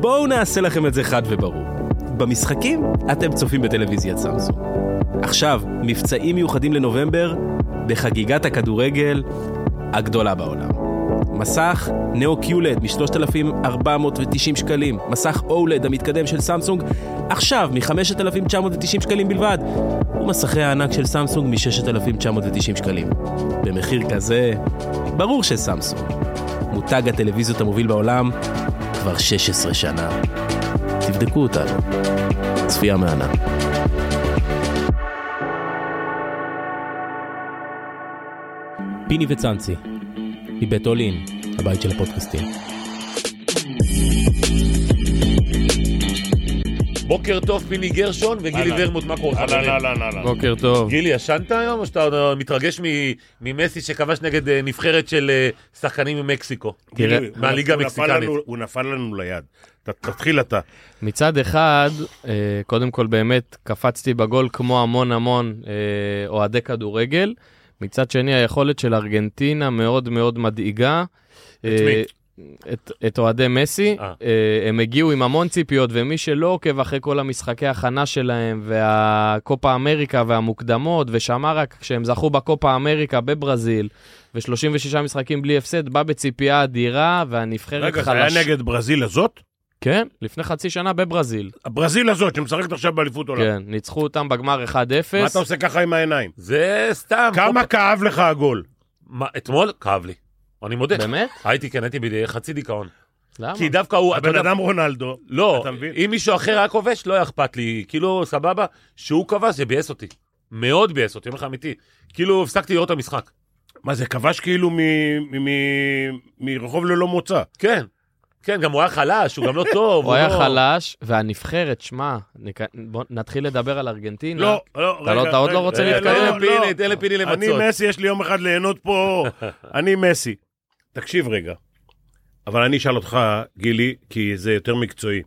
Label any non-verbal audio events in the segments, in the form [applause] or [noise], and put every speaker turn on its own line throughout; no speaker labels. בואו נעשה לכם את זה חד וברור. במשחקים אתם צופים בטלוויזיית סמסונג. עכשיו, מבצעים מיוחדים לנובמבר בחגיגת הכדורגל הגדולה בעולם. מסך נאו קיולד מ-3,490 שקלים, מסך אולד המתקדם של סמסונג עכשיו מ-5,990 שקלים בלבד, ומסכי הענק של סמסונג מ-6,990 שקלים. במחיר כזה, ברור שסמסונג, מותג הטלוויזיות המוביל בעולם, כבר 16 שנה. תבדקו אותנו. צפייה מהנה. פיני וצאנצי, מבית אולין, הבית של הפודקאסטים.
בוקר טוב, פיני גרשון וגילי
אהלן.
ורמוט, מה קורה?
אהלן,
חברים?
אהלן, אהלן.
בוקר טוב.
גילי, ישנת היום או שאתה עוד מתרגש מ- ממסי שכבש נגד אה, נבחרת של אה, שחקנים ממקסיקו?
תראה,
גילי, הוא
מהליגה
נפל
המקסיקנית.
לנו- הוא נפל לנו ליד. ת- תתחיל אתה.
מצד אחד, אה, קודם כל באמת קפצתי בגול כמו המון המון אה, אוהדי כדורגל. מצד שני, היכולת של ארגנטינה מאוד מאוד מדאיגה. אה,
את מי?
את, את אוהדי מסי,
אה.
אה, הם הגיעו עם המון ציפיות, ומי שלא עוקב אחרי כל המשחקי ההכנה שלהם, והקופה אמריקה והמוקדמות, ושמע רק כשהם זכו בקופה אמריקה בברזיל, ו-36 משחקים בלי הפסד, בא בציפייה אדירה, והנבחרת
רגע, זה
חלשה.
היה נגד ברזיל הזאת?
כן, לפני חצי שנה בברזיל.
הברזיל הזאת שמשחקת עכשיו באליפות עולם.
כן, ניצחו אותם בגמר 1-0.
מה אתה עושה ככה עם העיניים?
זה סתם.
כמה כאב לך הגול?
מה, אתמול כאב לי, אני מודה.
באמת?
הייתי, כן, הייתי בחצי דיכאון.
למה?
כי דווקא הוא, אתה
הבן
יודע,
אדם רונלדו.
לא,
אתה מבין?
אם מישהו אחר היה כובש, לא היה אכפת לי. כאילו, סבבה, שהוא כבש, זה ביאס אותי. מאוד ביאס אותי, אומר לך אמיתי. כאילו, הפסקתי לראות את המשחק.
מה זה, כבש כאילו מ- מ- מ- מרחוב ללא מוצא.
כן. כן, גם הוא היה חלש, הוא גם
[laughs]
לא טוב.
הוא היה
לא-
חלש, והנבחרת, שמע, נק- בוא נתחיל לדבר על ארגנטינה.
לא, לא,
אתה לא- אתה עוד לא
רגע,
רוצה
רגע,
להתקדם?
לא,
תן לפיני,
לא.
תן לפיני למצות.
אני מסי, יש לי יום אחד ליהנות פה. אני מסי. תקשיב רגע, אבל אני אשאל אותך, גילי, כי זה יותר מקצועי.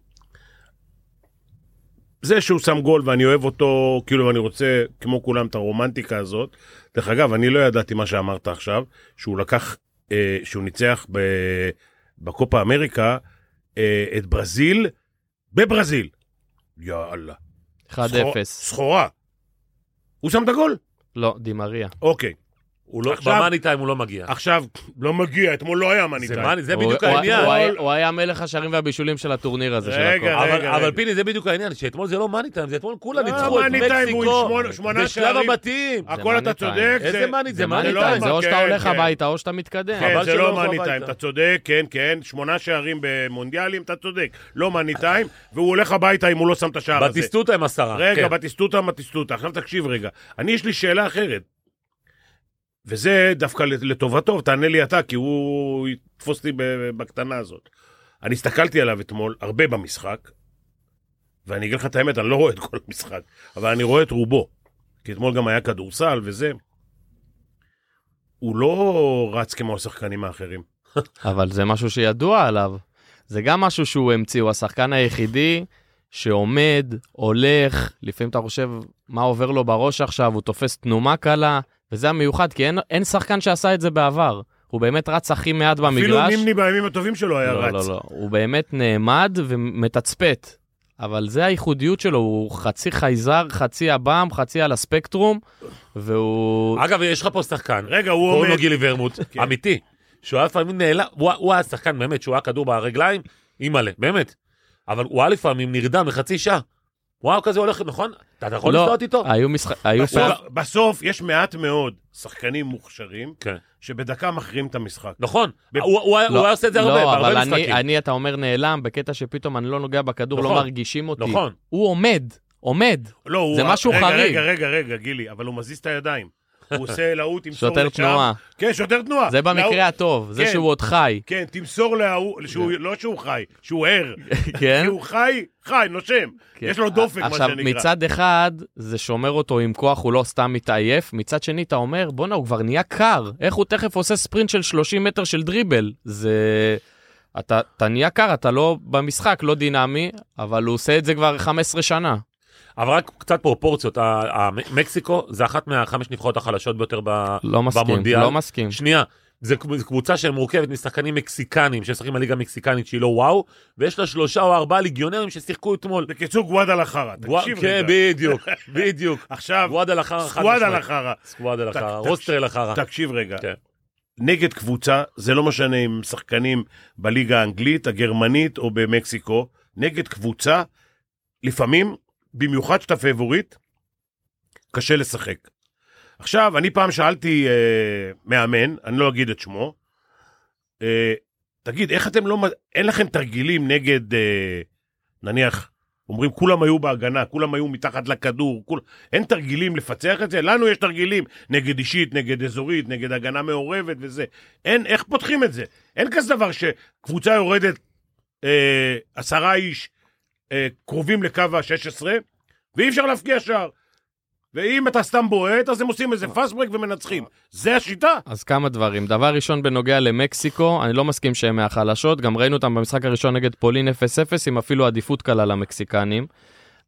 זה שהוא שם גול ואני אוהב אותו, כאילו אני רוצה, כמו כולם, את הרומנטיקה הזאת. דרך אגב, אני לא ידעתי מה שאמרת עכשיו, שהוא לקח, אה, שהוא ניצח ב, בקופה אמריקה אה, את ברזיל בברזיל. יאללה.
1-0.
סחורה. הוא שם את הגול?
לא, דימריה.
אוקיי.
הוא לא,
עכשיו-
במאני טיים הוא לא מגיע.
עכשיו, לא מגיע, אתמול לא היה מניטיים.
זה, מאני, זה
הוא-
בדיוק
הוא-
העניין.
הוא היה- הוא היה מלך השערים והבישולים של הטורניר הזה, של
רגע,
הכל.
אבל,
רגע,
אבל
רגע.
פיני, זה בדיוק העניין, שאתמול זה לא מאני טיים, זה אתמול כולם
לא,
ניצחו את
מאני טיים, הוא עם
מקסיקו
שמונה- שמונה
בשלב
שערים.
הבתים.
הכל אתה
money time.
צודק.
איזה מאני זה
זה
מאני
מאני
לא
טיים.
טיים,
אמר,
זה או שאתה
כן,
הולך
כן.
הביתה או שאתה מתקדם.
כן,
חבל
זה
שלא
לא
הלכו
מאני
הביתה.
טיים, אתה צודק, כן, כן, שמונה שערים במונדיאלים, אתה צודק. לא מאני טיים, והוא הולך הביתה אם הוא לא שם את השער הזה.
בטיסטוטה עם עשרה.
רגע,
כן.
בטיסטוטה, בטיסטוטה. עכשיו תקשיב רגע, אני יש לי שאלה אחרת. וזה דווקא לטובתו, תענה לי אתה, כי הוא יתפוס אותי ב- בקטנה הזאת. אני הסתכלתי עליו אתמול, הרבה במשחק, ואני אגיד לך את האמת, אני לא רואה את כל המשחק, אבל אני רואה את רובו. כי אתמול גם היה כדורסל וזה. הוא לא רץ כמו השחקנים האחרים.
אבל זה משהו שידוע עליו. זה גם משהו שהוא המציא, הוא השחקן היחידי שעומד, הולך, לפעמים אתה חושב מה עובר לו בראש עכשיו, הוא תופס תנומה קלה, וזה המיוחד, כי אין, אין שחקן שעשה את זה בעבר. הוא באמת רץ הכי מעט
אפילו
במגרש.
נימני בימים הטובים שלו היה
לא,
רץ.
לא, לא, הוא באמת נעמד ומתצפת, אבל זה הייחודיות שלו, הוא חצי חייזר, חצי עב"ם, חצי על הספקטרום, והוא...
אגב, יש לך פה שחקן,
רגע, הוא
קוראים לו
עומד,
גילי ורמוט,
כן.
אמיתי, שהוא היה לפעמים נעלם, הוא הוא היה שחקן באמת, שהוא היה כדור ברגליים, אימא'לה, באמת. אבל הוא היה לפעמים נרדם לחצי שעה. הוא היה כזה הולך, נכון? אתה אתה יכול
לא,
להסתות איתו?
היו משחק... היו פעם...
בסוף, בסוף יש מעט מאוד שחקנים מוכשרים
כן.
שבדקה מכריעים את המשחק.
נכון. הוא- הוא היה הוא היה עושה את זה הרבה,
לא, אבל
בהרבה
אני,
משחקים.
אני, אתה אומר, נעלם בקטע שפתאום אני לא נוגע בכדור,
נכון,
לא מרגישים אותי.
נכון.
הוא עומד, עומד.
לא, הוא...
זה משהו
רגע,
חריג.
רגע, רגע, רגע, גילי, אבל הוא מזיז את הידיים. הוא עושה להוא, תמסור לשם.
שוטר תנועה.
כן, שוטר
אה,
תנועה.
לא,
זה במקרה
להוא-
הטוב, זה
כן.
שהוא עוד
[laughs]
חי,
כן, תמסור להוא, שהוא- לא שהוא חי, שהוא ער.
כן?
כי הוא חי, חי, נושם.
כן.
יש לו דופק, מה
עכשיו,
שנקרא.
מצד אחד, זה שומר אותו עם כוח, הוא לא סתם מתעייף. מצד שני, אתה אומר, בואנה, הוא כבר נהיה קר. איך הוא תכף עושה ספרינט של 30 מטר של דריבל? זה... אתה, אתה נהיה קר, אתה לא במשחק, לא דינמי, אבל הוא עושה את זה כבר 15 שנה.
אבל רק קצת פרופורציות, ה- ה- מקסיקו זה אחת מהחמש נבחרות החלשות ביותר ב-
לא מסכים,
במונדיאל.
לא מסכים.
שנייה, זה קב- זו קבוצה שמורכבת משחקנים מקסיקנים, שמשחקים בליגה המקסיקנית שהיא לא וואו, ויש לה שלושה או ארבעה ליגיונרים ששיחקו אתמול.
בקיצור, גואד על החרא, תקשיב
גווא- כן,
רגע.
בדיוק,
[laughs]
בדיוק.
עכשיו,
גוואד על החרא. חד
סקוואד על
משמעית.
החרא.
סקוואד על
תק-
החרא,
תקש-
רוסטר על החרא.
תקשיב רגע.
כן.
נגד קבוצה, זה לא משנה אם שחקנים בליגה האנגלית, הגרמנית או במקסיקו, נגד קבוצה, לפעמים, במיוחד שאתה פייבוריט, קשה לשחק. עכשיו, אני פעם שאלתי אה, מאמן, אני לא אגיד את שמו, אה, תגיד, איך אתם לא... מ- אין לכם תרגילים נגד, אה, נניח, אומרים, כולם היו בהגנה, כולם היו מתחת לכדור, כול... אין תרגילים לפצח את זה? לנו יש תרגילים נגד אישית, נגד אזורית, נגד הגנה מעורבת וזה. אין, איך פותחים את זה? אין כזה דבר שקבוצה יורדת אה, עשרה איש אה, קרובים לקו ה-16, ואי אפשר להפקיע שער. ואם אתה סתם בועט, אז הם עושים איזה פאסט ברייק ומנצחים. זה השיטה.
אז כמה דברים. דבר ראשון בנוגע למקסיקו, אני לא מסכים שהם מהחלשות, גם ראינו אותם במשחק הראשון נגד פולין 0-0, עם אפילו עדיפות קלה למקסיקנים.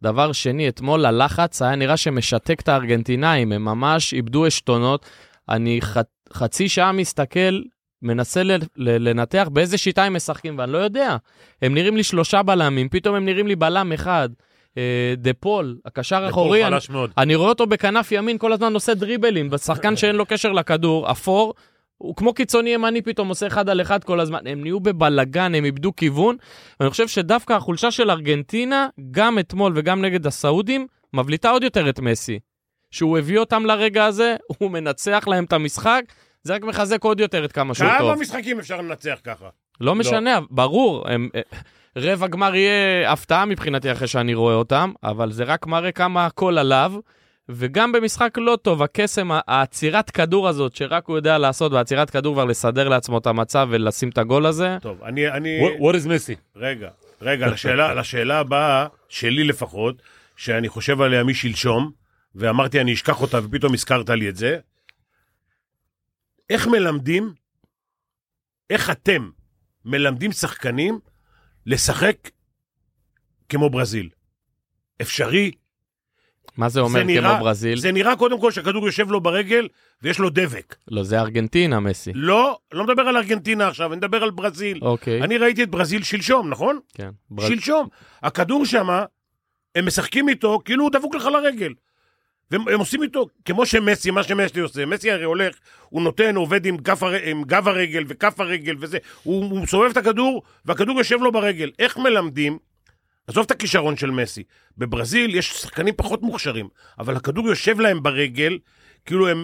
דבר שני, אתמול הלחץ היה נראה שמשתק את הארגנטינאים, הם ממש איבדו עשתונות. אני ח... חצי שעה מסתכל, מנסה ל... ל... לנתח באיזה שיטה הם משחקים, ואני לא יודע. הם נראים לי שלושה בלמים, פתאום הם נראים לי בלם אחד. אה, דה פול, הקשר האחורי,
דפור
אני...
חלש מאוד.
אני רואה אותו בכנף ימין, כל הזמן עושה דריבלים, ושחקן שאין לו קשר לכדור, אפור, הוא כמו קיצוני ימני פתאום, עושה אחד על אחד כל הזמן. הם נהיו בבלגן, הם איבדו כיוון. ואני חושב שדווקא החולשה של ארגנטינה, גם אתמול וגם נגד הסעודים, מבליטה עוד יותר את מסי. שהוא הביא אותם לרגע הזה, הוא מנצח להם את המשחק, זה רק מחזק עוד יותר את כמה שהוא טוב.
כמה משחקים אפשר לנצח ככה?
לא משנה, ברור. הם, אה, רבע גמר יהיה הפתעה מבחינתי אחרי שאני רואה אותם, אבל זה רק מראה כמה הכל עליו. וגם במשחק לא טוב, הקסם, העצירת כדור הזאת שרק הוא יודע לעשות, והעצירת כדור כבר לסדר לעצמו את המצב ולשים את הגול הזה,
טוב, אני... אני...
What what is
אה,
Messi?
רגע, רגע, לשאלה, לשאלה הבאה, שלי לפחות, שאני חושב עליה משלשום, ואמרתי אני אשכח אותה ופתאום הזכרת לי את זה, איך מלמדים, איך אתם מלמדים שחקנים לשחק כמו ברזיל? אפשרי?
מה זה אומר
זה נראה-
כמו ברזיל?
זה נראה קודם כל שהכדור יושב לו ברגל ויש לו דבק.
לא, זה ארגנטינה, מסי.
לא, לא מדבר על ארגנטינה עכשיו, אני מדבר על ברזיל.
אוקיי,
אני ראיתי את ברזיל שלשום, נכון?
כן. בר-
בר... שלשום. הכדור שמה, הם משחקים איתו כאילו הוא דבוק לך לרגל. והם הם עושים איתו, כמו שמסי, מה שמסי עושה, מסי הרי הולך, הוא נותן, הוא עובד עם, כף הר... עם גב הרגל וכף הרגל וזה, הוא, הוא מסובב את הכדור, והכדור יושב לו ברגל. איך מלמדים? עזוב את הכישרון של מסי. בברזיל יש שחקנים פחות מוכשרים, אבל הכדור יושב להם ברגל, כאילו הם...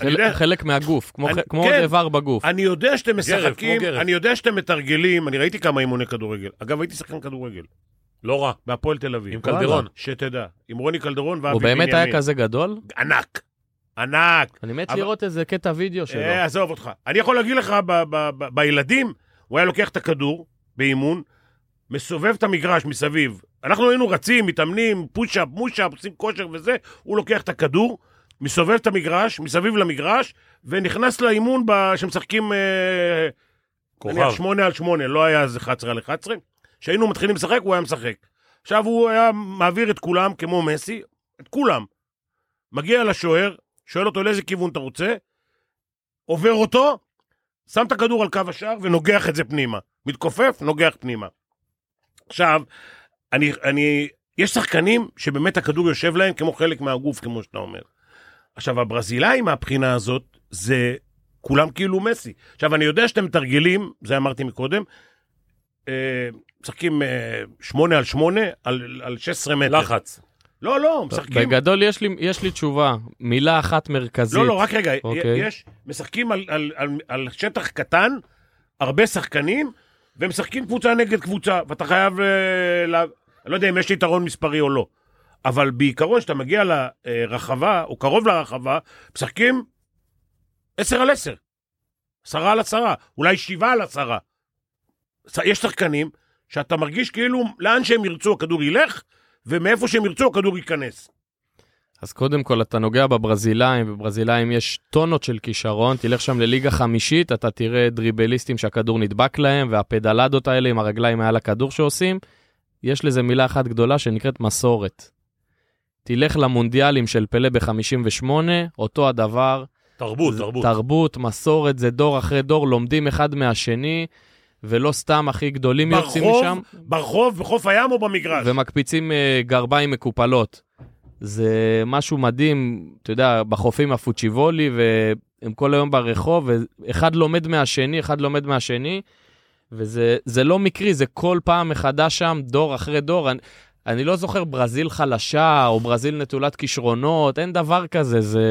אני
חלק-
יודע-
חלק מהגוף, כמו
אני-
ח- כמו עוד
כן.
איבר בגוף.
אני יודע שאתם
גרב,
משחקים,
כמו גרב.
אני יודע שאתם מתרגלים, אני ראיתי כמה אימוני כדורגל. אגב, הייתי שחקן כדורגל,
לא רע.
בהפועל תל אביב.
עם קלדרון.
שתדע, עם רוני קלדרון ואבי
הוא
בנימין.
באמת היה כזה גדול?
ענק. ענק.
אני מת
אבל-
לראות איזה קטע וידאו שלו.
אה, עזוב אותך. אני יכול להגיד לך, ב- ב- ב- בילדים, הוא היה לוקח את הכדור באימון, מסובב את המגרש מסביב. אנחנו היינו רצים, מתאמנים, פוש-אפ, מוש-אפ, עושים כושר וזה, הוא לוקח את הכדור, מסובב את המגרש, מסביב למגרש, ונכנס לאימון ב- שמשחקים... אה, נניח
כוכב.
8 על 8, לא היה אז 11 על 11. כשהיינו מתחילים לשחק, הוא היה משחק. עכשיו הוא היה מעביר את כולם, כמו מסי, את כולם. מגיע לשוער, שואל אותו לאיזה כיוון אתה רוצה, עובר אותו, שם את הכדור על קו השער ונוגח את זה פנימה. מתכופף, נוגח פנימה. עכשיו, אני, אני, יש שחקנים שבאמת הכדור יושב להם כמו חלק מהגוף, כמו שאתה אומר. עכשיו, הברזילאים מהבחינה הזאת, זה כולם כאילו מסי. עכשיו, אני יודע שאתם מתרגלים, זה אמרתי מקודם, אה, משחקים אה, שמונה על שמונה, על, על 16 מטר.
לחץ.
לא, לא,
טוב,
משחקים...
בגדול יש לי- יש לי תשובה, מילה אחת מרכזית.
לא, לא, רק רגע,
אוקיי.
יש, משחקים על, על, על, על שטח קטן, הרבה שחקנים, ומשחקים קבוצה נגד קבוצה, ואתה חייב, אה, לה... אני לא יודע אם יש לי יתרון מספרי או לא, אבל בעיקרון, כשאתה מגיע לרחבה, או קרוב לרחבה, משחקים 10 על 10, 10 על 10, אולי 7 על 10. יש שחקנים שאתה מרגיש כאילו לאן שהם ירצו הכדור ילך, ומאיפה שהם ירצו הכדור ייכנס.
אז קודם כל, אתה נוגע בברזילאים, בברזילאים יש טונות של כישרון, תלך שם לליגה חמישית, אתה תראה דריבליסטים שהכדור נדבק להם, והפדלדות האלה עם הרגליים מעל הכדור שעושים. יש לזה מילה אחת גדולה שנקראת מסורת. תלך למונדיאלים של פלא ב-58, אותו הדבר.
תרבות, תרבות.
תרבות, מסורת, זה דור אחרי דור, לומדים אחד מהשני, ולא סתם הכי גדולים יוצאים
ברחוב,
משם,
ברחוב, בחוף הים או במגרש?
ומקפיצים אה, גרביים מקופלות. זה משהו מדהים, אתה יודע, בחופים הפוצ'יבולי, והם כל היום ברחוב, ואחד לומד מהשני, אחד לומד מהשני, וזה זה לא מקרי, זה כל פעם מחדש שם, דור אחרי דור. אני, אני לא זוכר ברזיל חלשה, או ברזיל נטולת כישרונות, אין דבר כזה, זה...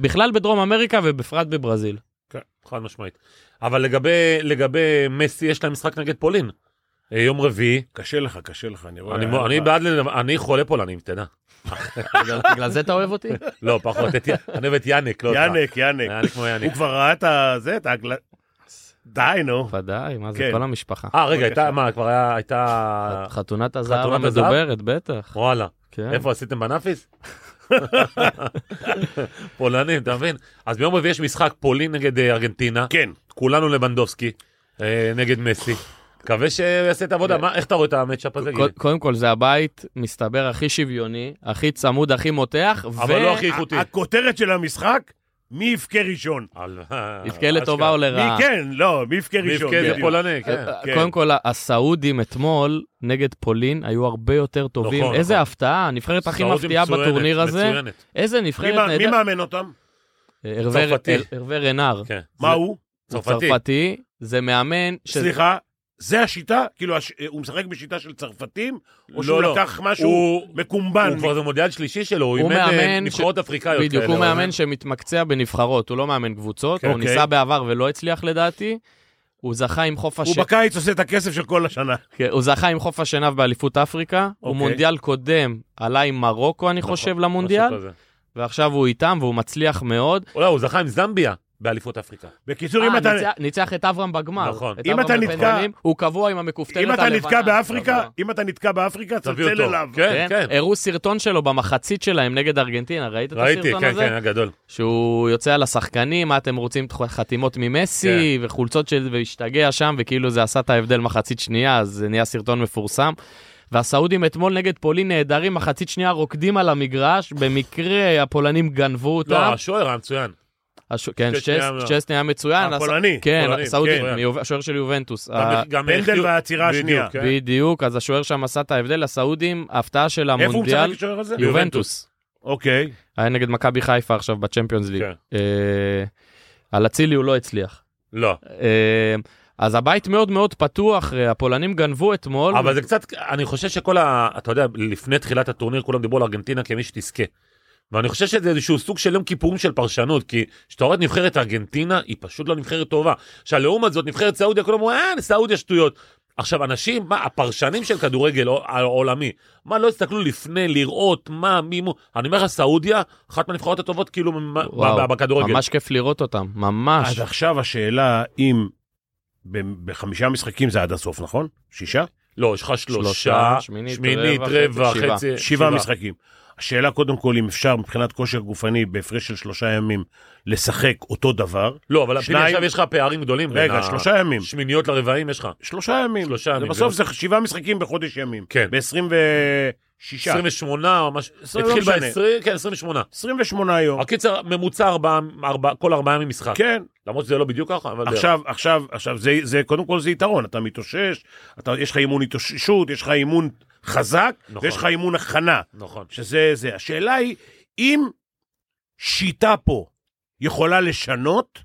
בכלל בדרום אמריקה ובפרט
[laughs]
בברזיל.
כן, חד משמעית. אבל לגבי, לגבי מסי, יש להם משחק נגד פולין. אה, יום רביעי,
קשה לך, קשה לך, אני רואה.
אני, מ- אני בעד, לנ- אני חולה פולנים, תדע.
בגלל- בגלל זה אתה אוהב אותי?
לא, פחות, את י- אני אוהב את יאניק, לא אותך.
יאנק, יאנק.
יאניק כמו יאניק.
הוא כבר ראה את ה- זה, את ההגלה... די, נו.
ודאי, מה זה,
כן.
כל המשפחה.
אה, רגע,
בבקשה.
הייתה, מה, כבר היה-
[laughs]
הייתה...
חתונת הזהב
אה, חתונת הזהב?
המדוברת, בטח.
וואלה.
כן.
איפה עשיתם בנאפיס? [laughs] פולנים, אתה מבין? אז ביום רביעי יש משחק פולין נגד אה, ארגנטינה,
כן.
כולנו לבנדובסקי, אה, נגד מסי. מקווה שיעשה את העבודה, מה- איך אתה רואה את המצ'אפ הזה? גילי?
ק- קודם כל, זה הבית, מסתבר, הכי שוויוני, הכי צמוד, הכי מותח,
אבל לא הכי איכותי.
הכותרת של המשחק, מי יבכה ראשון.
על-
יבכה לטובה
אה, אשכרה.
או
מי
לרעה.
כן, לא, מי יבכה
מי
ראשון.
יבכה זה
בדיוק.
פולני, כן.
אה,
כן.
קודם כל, הסעודים אתמול נגד פולין היו הרבה יותר טובים.
נכון,
איזה
נכון.
הפתעה, הנבחרת הכי
סעודיה
מפתיעה
מצוינת,
בטורניר הזה.
מצוינת.
איזה
מי מה-
נבחרת אה,
מי
נהדרת.
מאמן אותם?
הרווה-
צרפתי.
הר- הרווה רנר.
כן.
מה הוא?
הוא
צרפתי.
צרפתי. זה מאמן, ש-
סליחה, זה השיטה? כאילו, הש- הוא משחק בשיטה של צרפתים? או
לא,
שהוא
לא.
לקח משהו
הוא-
מקומבן?
הוא כבר זה מונדיאל שלישי שלו, הוא
הוא
אימן אה,
מאמן ש-
נבחרות אפריקאיות כאלה.
בדיוק, הוא מאמן
ש...
שמתמקצע בנבחרות, הוא לא מאמן קבוצות,
כן,
הוא
אוקיי.
ניסה בעבר ולא הצליח לדעתי. הוא זכה עם חוף
הוא
הש...
בקיץ עושה את הכסף של כל השנה.
כן, הוא זכה עם חוף השנהב באליפות אפריקה, הוא
אוקיי. נכון,
מונדיאל קודם עלה עם מרוקו, אני
נכון,
חושב, למונדיאל, ועכשיו הוא איתם והוא מצליח מאוד.
אולי הוא זכה עם זמביה באליפות אפריקה.
בקיצור, אם
אה,
אתה...
ניצח- ניצח את אברהם בגמר.
נכון.
את
אם
אברהם
אתה נתקע-
בפנדלים, הוא קבוע עם המכופתרת
אם
הלבנה.
אתה נתקע באפריקה,
קבוע.
אם אתה נתקע באפריקה,
תביא
צלצל
אותו.
אליו.
כן, כן.
הראו סרטון שלו במחצית שלהם נגד ארגנטינה, ראית את
ראיתי,
הסרטון
כן,
הזה?
כן, היה גדול.
שהוא יוצא על השחקנים, מה אתם רוצים, חתימות ממסי,
כן.
וחולצות של... והשתגע שם, וכאילו זה עשה את ההבדל מחצית שנייה, אז זה נהיה סרטון מפורסם. והסעודים אתמול נגד פולין נהדרים, מחצית שנייה רוקדים על המגרש, במקרה הפולנים גנבו
לא,
אותם.
השוער היה מצוין.
הש... כן,
שנייה-
שס- שסני היה מצוין. הס-
הפולני.
כן,
פולנים,
הסעודים,
לא. כן.
מיוב- השוער של יובנטוס.
גם-
ה-
גם
פנדל
החטיאו-
והעצירה
בדיוק,
השנייה.
כן.
בדיוק, אז השוער שם עשה את ההבדל, הסעודים, ההפתעה של
איפה הוא משחק
המונדיאל,
השוער הזה?
יובנטוס.
אוקיי.
היה נגד מכבי חיפה עכשיו בצ'מפיונס ליג.
כן.
אה, על אצילי הוא לא הצליח.
לא,
אה, אז הבית מאוד מאוד פתוח, אה, הפולנים גנבו אתמול.
אבל זה קצת, אני חושב שכל ה... אתה יודע, לפני תחילת הטורניר כולם דיברו על ארגנטינה כמי שתזכה. ואני חושב שזה איזשהו סוג של יום כיפורים של פרשנות, כי כשאתה רואה את נבחרת ארגנטינה, היא פשוט לא נבחרת טובה. עכשיו, לעומת זאת, נבחרת סעודיה, כולם אומרים, אה, סעודיה שטויות. עכשיו, אנשים, מה, הפרשנים של כדורגל העו- העולמי, מה, לא הסתכלו לפני לראות מה, מי מו... אני אומר לך, סעודיה, אחת מהנבחרות הטובות, כאילו, מה-
וואו,
מה- בכדורגל.
ממש כיף לראות אותם, ממש.
אז עכשיו השאלה אם ב- בחמישה משחקים זה עד הסוף, נכון? שישה?
לא, יש לך שלושה,
שלושה, שמינית,
שמינית,
רבע,
רבע,
חצי,
חצי,
שבעה משחקים. השאלה קודם כל אם אפשר מבחינת כושר גופני בהפרש של שלושה ימים לשחק אותו דבר.
לא, אבל פיני,
שניים.
עכשיו יש לך פערים גדולים. בין
רגע,
ה-
שלושה ימים.
שמיניות לרבעים יש לך.
שלושה ימים.
שלושה
זה
ימים,
בסוף
זה
זה שבעה משחקים בחודש ימים.
כן.
ב-26.
28 או משהו,
לא
התחיל
משנה.
ב-20, כן, 28.
28 יום.
הקיצר, ממוצע ארבעה- ארבעה- כל ארבעה ימים משחק.
כן,
למרות שזה לא בדיוק ככה, אבל... בערך.
עכשיו, עכשיו, עכשיו, זה, זה, קודם כל זה יתרון, אתה מתאושש, אתה, יש לך אימון התאוששות, יש לך אימון חזק,
נכון.
ויש לך אימון הכנה,
נכון.
שזה זה. השאלה היא, אם שיטה פה יכולה לשנות,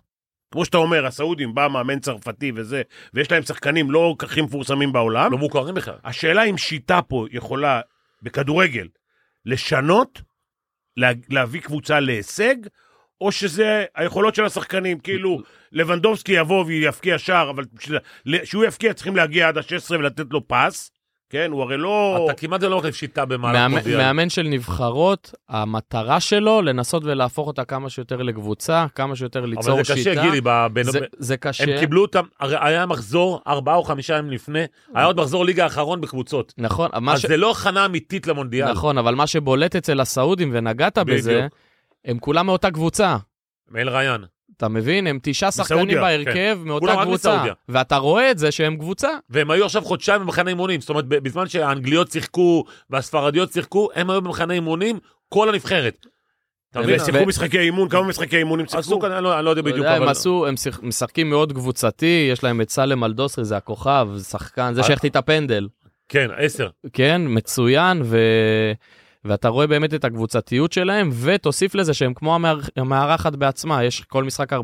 כמו שאתה אומר, הסעודים, בא מאמן צרפתי וזה, ויש להם שחקנים לא כל כך מפורסמים בעולם,
לא מוכרים בכלל.
השאלה אם שיטה פה יכולה, בכדורגל, לשנות, לה, להביא קבוצה להישג, או שזה היכולות של השחקנים, כאילו, לבנדובסקי יבוא ויפקיע שער, אבל בשביל- שהוא יפקיע צריכים להגיע עד ה-16 ולתת לו פס, כן? הוא הרי לא...
אתה כמעט לא הולך שיטה במהלך
מאמן-
מודיעל.
מאמן של נבחרות, המטרה שלו לנסות ולהפוך אותה כמה שיותר לקבוצה, כמה שיותר
אבל
ליצור
זה
שיטה.
קשה, גילי, ב- בין-
זה- זה קשה.
הם קיבלו אותם, הרי היה מחזור ארבעה או חמישה ימים לפני, היה עוד מחזור ליגה האחרון בקבוצות.
נכון, אבל מה
אז
ש-
זה לא הכנה אמיתית למונדיאל.
נכון, אבל מה שבולט אצל הסעודים, ונגעת בזה,
בדיוק.
הם כולם מאותה קבוצה.
מאל ריאן.
אתה מבין? הם תשעה שחקנים
מסעודיה,
בהרכב
כן. כולם
מאותה
רק
קבוצה.
מסעודיה.
ואתה רואה את זה שהם קבוצה.
והם היו עכשיו חודשיים במחנה אימונים. זאת אומרת, ב- בזמן שהאנגליות שיחקו והספרדיות שיחקו, הם היו במחנה אימונים, כל הנבחרת. אתה
ו-
מבין?
ו-
שיחקו משחקי אימון, כמה משחקי אימון הם
כאילו- עשו
שיחקו?
כאן, אני לא אני לא יודע
אתה
בדיוק,
יודע, הם
אבל...
עשו, הם שיח- משחקים מאוד קבוצתי, יש להם את סלם אלדוסרי, זה הכוכב, זה שחקן, זה
אה.
שהחטיא את הפנדל.
כן, עשר.
כן, מצוין, ו... ואתה רואה באמת את הקבוצתיות שלהם, ותוסיף לזה שהם כמו המאר- המארחת בעצמה, יש כל משחק 40-50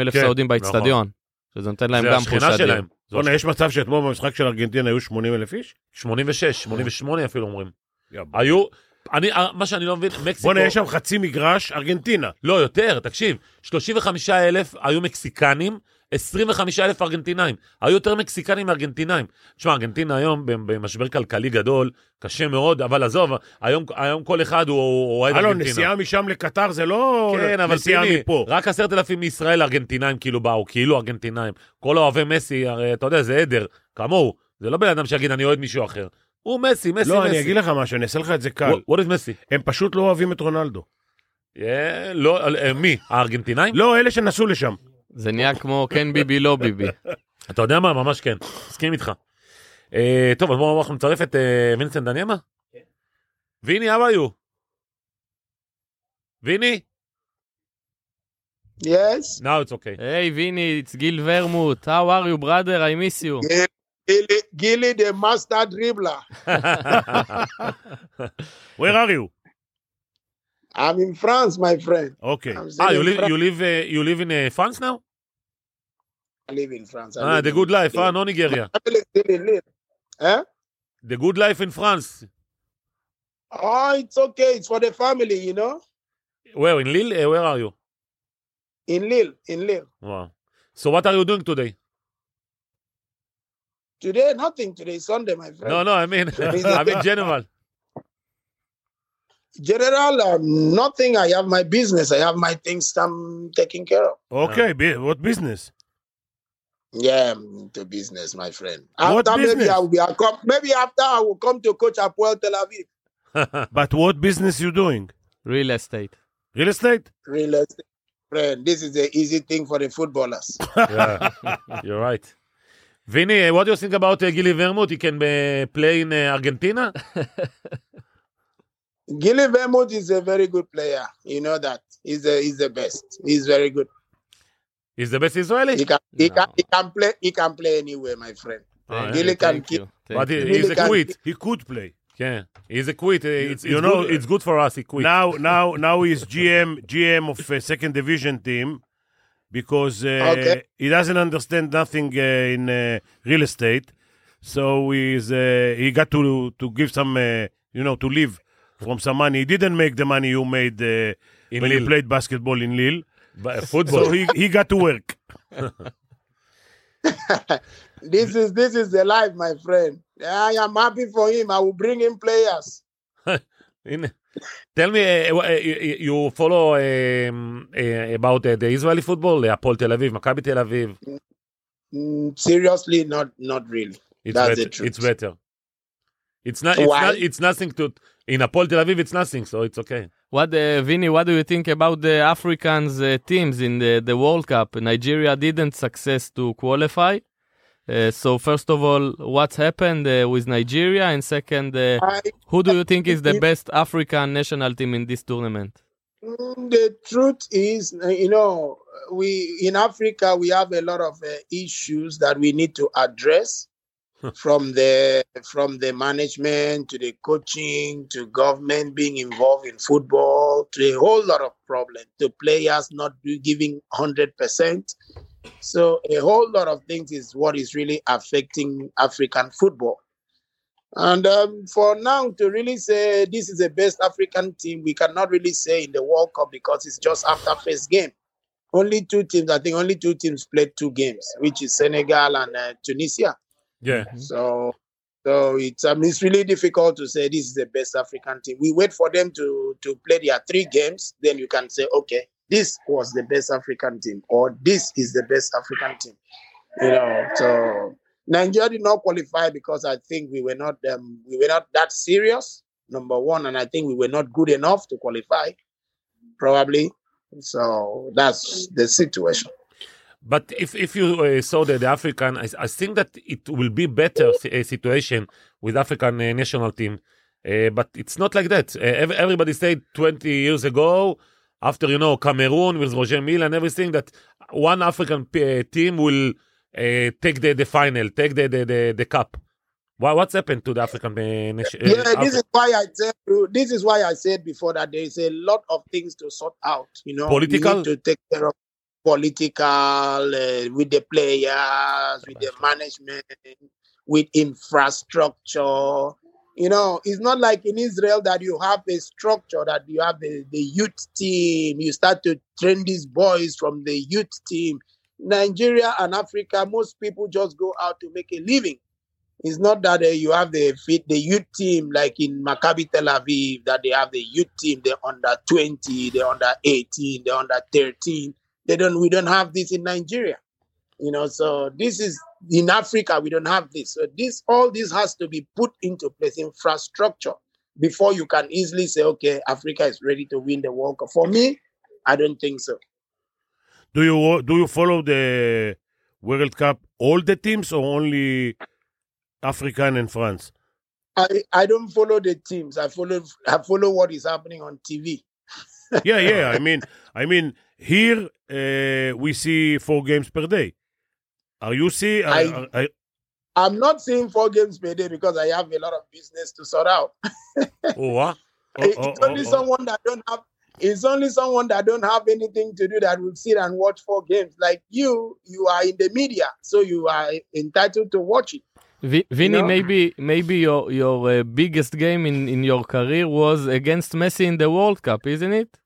אלף
כן,
סעודים
נכון.
באיצטדיון, שזה נותן להם
זה
גם פושת
השכנה שלהם. זו
בואנה, יש מצב שאתמול במשחק של ארגנטינה היו 80 אלף איש?
86, 88 אפילו אומרים.
יא בוא.
היו, אני, אה, מה שאני לא מבין, מקסיקו,
בואנה, יש שם חצי מגרש, ארגנטינה.
לא, יותר, תקשיב, 35 אלף היו מקסיקנים, 25 אלף ארגנטינאים. היו יותר מקסיקנים מארגנטינאים. תשמע, ארגנטינה היום במ- במשבר כלכלי גדול, קשה מאוד, אבל עזוב, היום, היום כל אחד הוא הוא אוהד
הלו,
ארגנטינה.
נסיעה משם לקטר זה לא
כן, אבל
נסיעה
פיני,
מפה.
רק עשרת אלפים מישראל ארגנטינאים כאילו באו, כאילו ארגנטינאים. כל אוהבי מסי, הרי אתה יודע, זה עדר, כמוהו. זה לא בן אדם שיגיד, אני אוהד מישהו אחר. הוא מסי, מסי,
לא,
מסי.
אני אגיד לך משהו, אני אעשה לך את זה קל.
What is מסי?
הם פשוט לא אוהבים את רונלדו.
אה, לא, אה, מי? הארגנטינאים?
לא, אלה שנסעו לשם.
זה נהיה כמו כן ביבי לא ביבי.
אתה יודע מה? ממש כן. מסכים איתך. אה, טוב, אז בואו אנחנו נצרף את אה, וינסנט דניאמה? ויני, אבא היו. ויני?
Yes.
נאו, it's okay.
[laughs] היי ויני, it's גיל ורמוט, how are you brother, I miss you.
Gilly, Gilly the master dribbler.
where are you?
I'm in France, my friend.
אוקיי.
I'm still
אה, you
in
live-
France.
you live, אה, you live in אה, France now?
I live in France. I
אה,
live
Ah, the
in-
good life, אה, לא ניגריה.
Family still in live. Eh?
The good life in France.
Oh, it's okay. It's for the family, you know.
Where, in Lille? אה, where are you?
In Lille, in Lille.
Wow. So what are you doing today?
Today, nothing. Today is Sunday, my friend.
No, no, I mean, [laughs] I mean general.
General, um, nothing. I have my business. I have my things I'm taking care of.
אוקיי, ב- what business?
Yeah, I'm into business, my friend.
What
After maybe
business?
I will be, I'll come, maybe after I will come to coach Apoel Tel Aviv.
But what business you doing?
real estate.
real estate?
Real estate, friend. This is the easy thing for the footballers.
Yeah, [laughs] you're right. Vinny, uh, what do you think about uh, Gilly Vermouth? He can uh, play in uh, Argentina?
Gilly Vermouth is a very good player. You know that. He's the he's the best. He's very good.
He's the best Israeli.
He can he
No.
can he can play he can play anywhere, my friend.
אה,
גילי
Thank
כאן,
you,
כי-
thank
But he,
you.
he's a
Really
quit.
He could play.
Yeah, he's a quit. Uh, It's, it's,
you know-
good, it's good for us, he quit.
Now, now, now he's GM, GM of uh, second division team, because uh,
Okay.
he doesn't understand nothing uh, in uh, real estate. So he's uh, he got to to give some, uh, you know, to live from some money. He didn't make the money you made uh,
In
when
Lille.
you played basketball in Lille.
But, uh, football.
So he, he got to work.
This is this is the life, my friend. I am happy for him. I will bring him players.
In- Tell me, uh, uh, you you follow um, uh, about uh, the Israeli football, uh, Apol Tel Aviv, Maccabi Tel Aviv.
Mm, seriously, not not really.
It's
That's
better.
the truth.
It's better. It's not. It's,
Why?
not, it's nothing to. In Apol Tel Aviv, it's nothing, so it's okay.
What, uh, Vinny, what do you think about the Africans uh, teams in the, the World Cup? Nigeria didn't success to qualify. Uh, so first of all, what happened uh, with Nigeria, and second, uh,
I,
who do you think is
[laughs]
the best African national team in this tournament?
mm, the truth is, uh, you know, we in Africa we have a lot of uh, issues that we need to address. from the from the management to the coaching to government being involved in football to a whole lot of problems to players not be giving 100% so a whole lot of things is what is really affecting african football and um, for now to really say this is the best african team we cannot really say in the world cup because it's just after first game only two teams i think only two teams played two games which is senegal and uh, tunisia
Yeah.
so, so it's um, it's really difficult to say this is the best African team. We wait for them to to play their three games, then you can say, okay, this was the best African team, or this is the best African team. You know, so Nigeria did not qualify because I think we were not um, we were not that serious. Number one, and I think we were not good enough to qualify, probably. So that's the situation.
But if, if you uh, saw the, the African, I, I think that it will be better si- uh, situation with African uh, national team. Uh, but it's not like that. Uh, ev- everybody said 20 years ago, after, you know, Cameroon with Roger Mill and everything, that one African p- uh, team will uh, take the, the final, take the, the, the, the cup. Why, what's happened to the African uh, nation? uh,
Yeah,
Af-
this is why I tell you. This is why I said before that there is a lot of things to sort out. You know,
Political?
you need to take care of political uh, with the players, with the management, with infrastructure. You know, it's not like in Israel that you have a structure that you have the, the youth team. You start to train these boys from the youth team. Nigeria and Africa, most people just go out to make a living. It's not that uh, you have the fit, the youth team like in Maccabi Tel Aviv that they have the youth team. They're under twenty, they're under eighteen, they're under thirteen. They don't. We don't have this in Nigeria, you know. So this is in Africa. We don't have this. So this all this has to be put into place infrastructure before you can easily say, okay, Africa is ready to win the World Cup. For me, I don't think so.
Do you wa- do you follow the World Cup all the teams or only African
[laughs]
and France?
I, I don't follow the teams. I follow I follow what is happening on TV.
Yeah, yeah. I mean, I mean, here uh, we see four games per day. Are you see? are-
I-
are- are-
I'm not seeing four games per day because I have a lot of business to sort out.
Oh,
[laughs]
what?
oh,
it's
oh,
only
oh, oh.
someone that don't have. It's only someone that don't have anything to do that will sit and watch four games. Like you, you are in the media, so you are entitled to watch it.
V- Vinny,
[laughs] No.
maybe maybe your your uh, biggest game in, in your career was against Messi in the World Cup, isn't it?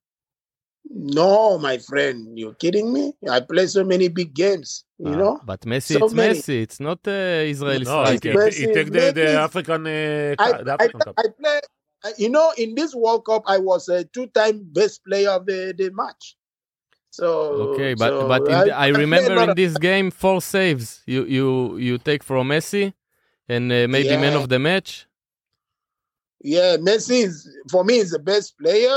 No, my friend, you're kidding me. I play so many big games, you
Ah,
know.
But Messi,
So
it's
many.
Messi. It's not uh, Israeli
No, he,
striker.
it's-
he, he take the, the African, uh,
Ah,
I,
cu- the
I,
African Cup.
I play. I- You know, in this World Cup, I was a two-time best player of the, the match. So
Okay, but
so
but in the, I
[laughs] play a
remember
lot
in
of-
this game four saves you you you take from Messi, and uh, maybe man
Yeah.
of the match.
Yeah, Messi is for me is the best player.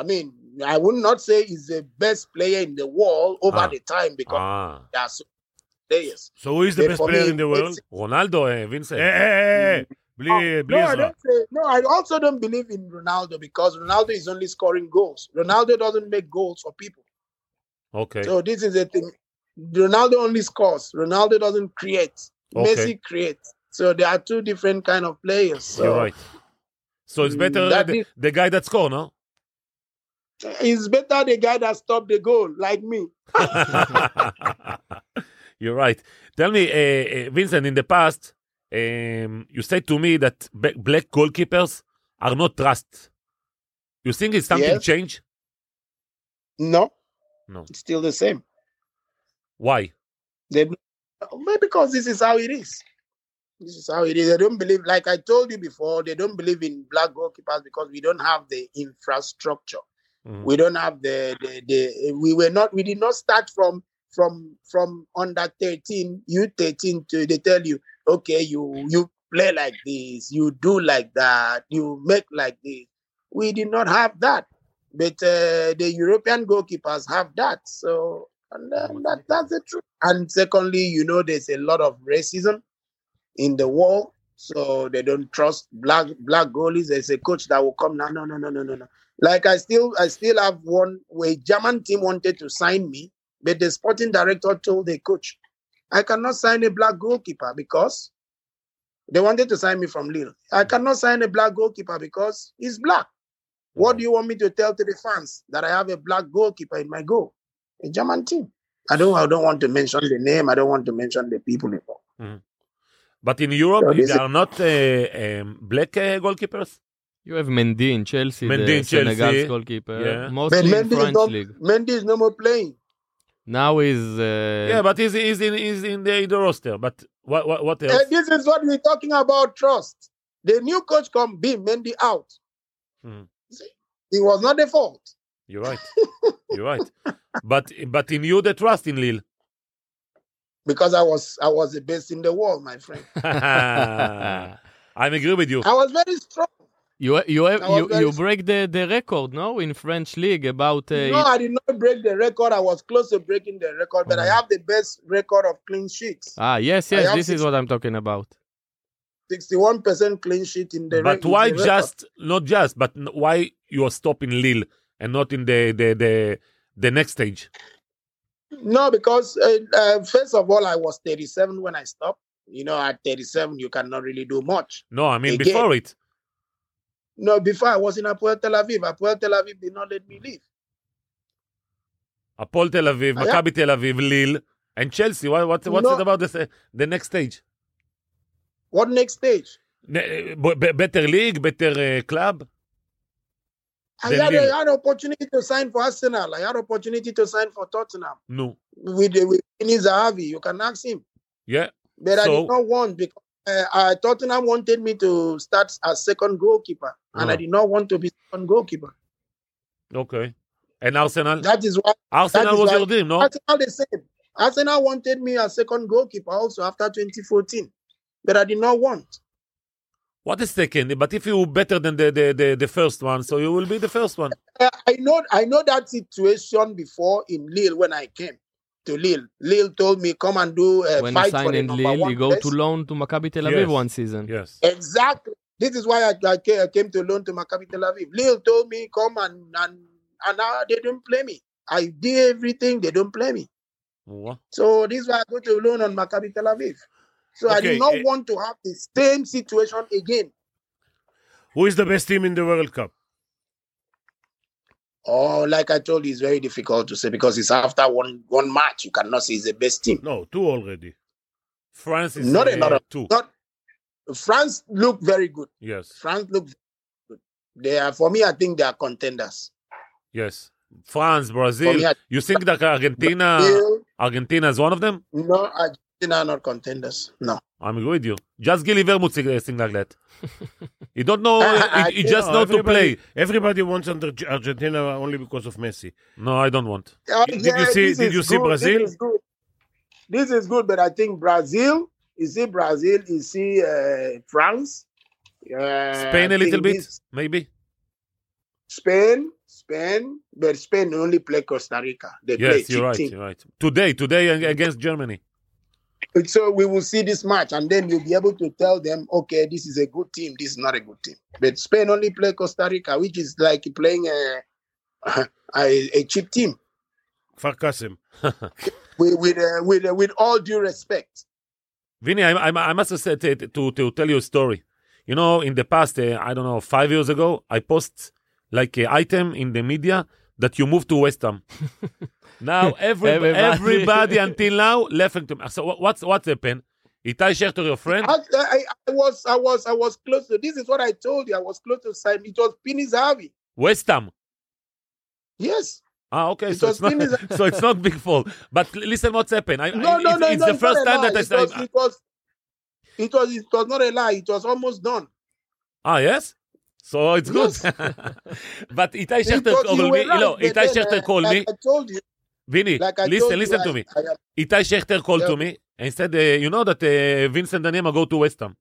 I mean, I would not say he's the best player in the world over
Ah.
the time because
Ah,
there are so many players.
So who is the
Yeah,
best
for
player
me,
in the world?
רונלדו, אה,
Eh,
וינסנט. Mm.
eh, eh, eh. בלי בלי
Oh, no, I
עזרה.
don't say, no, I also don't believe in Ronaldo because Ronaldo is only scoring goals. Ronaldo doesn't make goals for people.
אוקיי.
So this is the thing. Ronaldo only scores. Ronaldo doesn't create.
Okay.
Messi creates. So there are two different kind of players. So
You're right. So it's
Mm,
better
that
the,
is-
the guy that score,
[laughs]
no? [laughs]
it's better the guy that stopped the goal, like me.
You're right. Tell me, uh, uh, Vincent, in the past, um, you said to me that b- black goalkeepers are not trust. You think it's something
Yes.
change?
No.
No.
It's still the same.
Why?
They maybe because this is how it is. This is how it is. They don't believe, like I told you before, they don't believe in black goalkeepers because we don't have the infrastructure.
Mhm.
We don't have the the, the we were not we did not start from from from under 13, you 13 to they tell you, okay, you you play like this, you do like that, you make like this. We did not have that. But uh, the European goalkeepers have that. So and um, that, that's the truth. And secondly, you know, there's a lot of racism in the world, so they don't trust black black goalies. There's a coach that will come now. No, no, no, no, no, no. Like I still, I still have one. Where a German team wanted to sign me, but the sporting director told the coach, "I cannot sign a black goalkeeper because." They wanted to sign me from Lille. I
Mm.
cannot sign a black goalkeeper because he's black. What
Mm.
do you want me to tell to the fans that I have a black goalkeeper in my goal? A German team. I don't. I don't want to mention the name. I don't want to mention the people involved.
But in Europe,
No, this
they
is-
are not uh, um, black uh, goalkeepers?
You have Mendy in Chelsea,
Mendy
the
in Chelsea,
Senegal's goalkeeper,
yeah.
But
mostly in
Mendy is,
French
not,
league.
Mendy is no more playing.
Now he's uh,
Eh.
yeah, but he's, he's, in, he's in, the, in the roster. But what, what, what else?
Eh, this is what we're talking about. Trust. The new coach can beam Mendy out.
Mhm.
See? It was not the fault.
You're right. You're right. But but in you, the trust in [laughs] Lille.
Because I was I was the best in the world, my friend.
I agree with you.
I was very strong.
you you have,
I was
you,
very
you
s-
break the, the record, no, in French league about uh,
No, I did not break the record. I was close to breaking the record, but I
Mhm.
have the best record of clean sheets.
ah yes
I
yes
have
this is
six-
what I'm talking about.
61% clean sheet in the
but
re- in
why
the record.
just not just but n- why you are stopping Lille and not in the the the, the next stage.
No, because uh, uh, first of all, I was 37 when I stopped. You know, at 37, you cannot really do much.
No, I mean
Again.
before it.
No, before I was in Apoel Tel Aviv. Apoel Tel Aviv did not let me leave.
Apol Tel Aviv,
Yeah.
Maccabi Tel Aviv, Lille, and Chelsea. What, what, what's
No.
it about the the next stage?
What next stage?
Ne- b- b- better league, better uh, club.
I
Then
had,
leave.
I had opportunity to sign for Arsenal. I had opportunity to sign for Tottenham
No,
with with Denis Zahavi. You can ask him,
yeah,
but I
So-
did not want because uh, uh, Tottenham wanted me to start as second goalkeeper, and
Oh.
I did not want to be second goalkeeper.
okay. And Arsenal,
That is why
Arsenal
is
was
why-
your dream, no?
Arsenal the same. Arsenal wanted me as second goalkeeper also after 2014, but I did not want.
What is second? But if you better than the, the the the first one, so you will be the first one.
Uh, I know I know that situation before in Lille when I came to Lille. Lille told me come and do uh,
when you
fight for
sign
the
in
number
Lille,
one
you go
place."
to loan to Maccabi Tel
Yes.
Aviv one season.
Yes.
Exactly. This is why I, I ca- I came to loan to Maccabi Tel Aviv. Lille told me come and and and now they don't play me. I did everything, they don't play me.
Wha-
So this is why I go to loan on Maccabi Tel Aviv. So I
Okay,
did not
eh.
want to have the same situation again.
Who is the best team in the World Cup?
Oh, like I told you, it's very difficult to say because it's after one one match. You cannot say it's the best team.
No, two already.
France is
Not
uh,
another-
two.
Not France look very good.
Yes,
France look good. They are for me. I think they are contenders.
yes. France,
For
Brazil.
me, I-
You think that Argentina,
Brazil,
Argentina is one of them?
no, Argentina are not contenders. No.
I'm agree with you. Just Gilly Vermouth sing, uh, sing like
[laughs]
that. you don't know.
I- I-
you, you
I-
just
No,
know to
everybody-
play.
Everybody wants under Argentina only because of Messi.
No, I don't want.
Oh,
Did you see-
this
did
is
you see
good,
Brazil?
This is, good. This is good, but I think Brazil. You see Brazil. You see uh, France. Uh,
Spain
I
a little
think
bit,
this-
maybe.
Spain, Spain, but Spain only play Costa Rica. They play
Yes,
cheap
you're right.
team.
You're right. Today, today ag- against Germany.
So we will see this match, and then you'll be able to tell them, okay, this is a good team, this is not a good team. But Spain only play Costa Rica, which is like playing a a, a cheap team.
כפר קאסם.
With with uh, with, uh, with all due respect,
Vinny, I, I, I must have said to, to, to tell you a story. You know, in the past, uh, I don't know, five years ago, I post like an item in the media that you moved to West Ham. now every, everybody.
Everybody.
until now left to So what- what's what's happened? Itai Shechter, your friend.
I, I, I was I was I was close to this. Is what I told you. I was close to sign. It was Pini Zahavi.
West Ham.
Yes.
Ah, okay.
It
So
was
it's, not, [laughs]
Pini-
so it's not big fault. But l- listen, what's happened? I,
No,
I,
no,
it's,
no.
It's
no,
the
it's
first
not a
time that
lie.
I
it was,
said.
it was it was it was not a lie. It was almost done.
Ah, yes? So it's good.
Yes.
[laughs] but Itai Shechter
Because you
called
were
me.
right,
no,
but
Itai
then,
Shechter
uh,
called me.
like I told you.
Vinny,
Like I told
Oh, listen,
you,
listen
I-
to me.
I am-
Itai Shechter called
Yeah.
to me and said, uh, you know that uh, Vincent Danema go to West Ham.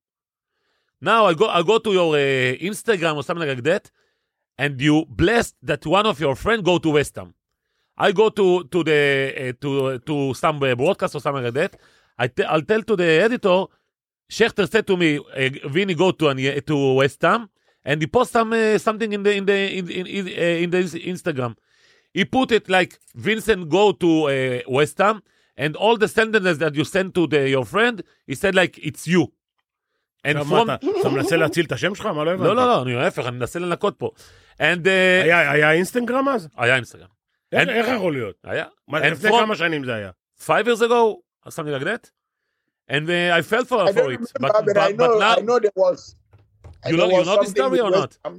Now I go, I go to your uh, Instagram or something like that, and you blessed that one of your friend go to West Ham. I go to to the uh, to to some uh, broadcast or something like that. I te- I'll tell to the editor. Schechter said to me, uh, "Vinny go to an- to West Ham, and he post some uh, something in the in the in in, in, uh, in the Instagram. He put it like Vincent go to uh, West Ham, and all the sentences that you sent to the, your friend, he said like it's you. And
עכשיו
from [laughs]
מה, אתה- אתה מנסה להציל את השם שלך? מה לא הבנת?
לא לא לא, אני ההפך, אני מנסה לנקות פה. And uh,
היה היה אינסטגרם אז?
היה אינסטגרם,
איך
And-
איך יכול להיות?
היה.
מה,
And
לפני
from-
כמה שנים זה היה?
five years ago, or something like that. And uh, I fell for,
I
for
don't
it.
remember,
But,
but,
but,
I know
but now,
I know there was. I
You
know
know- you
was
know this
something
story
with
or not?
West Ham.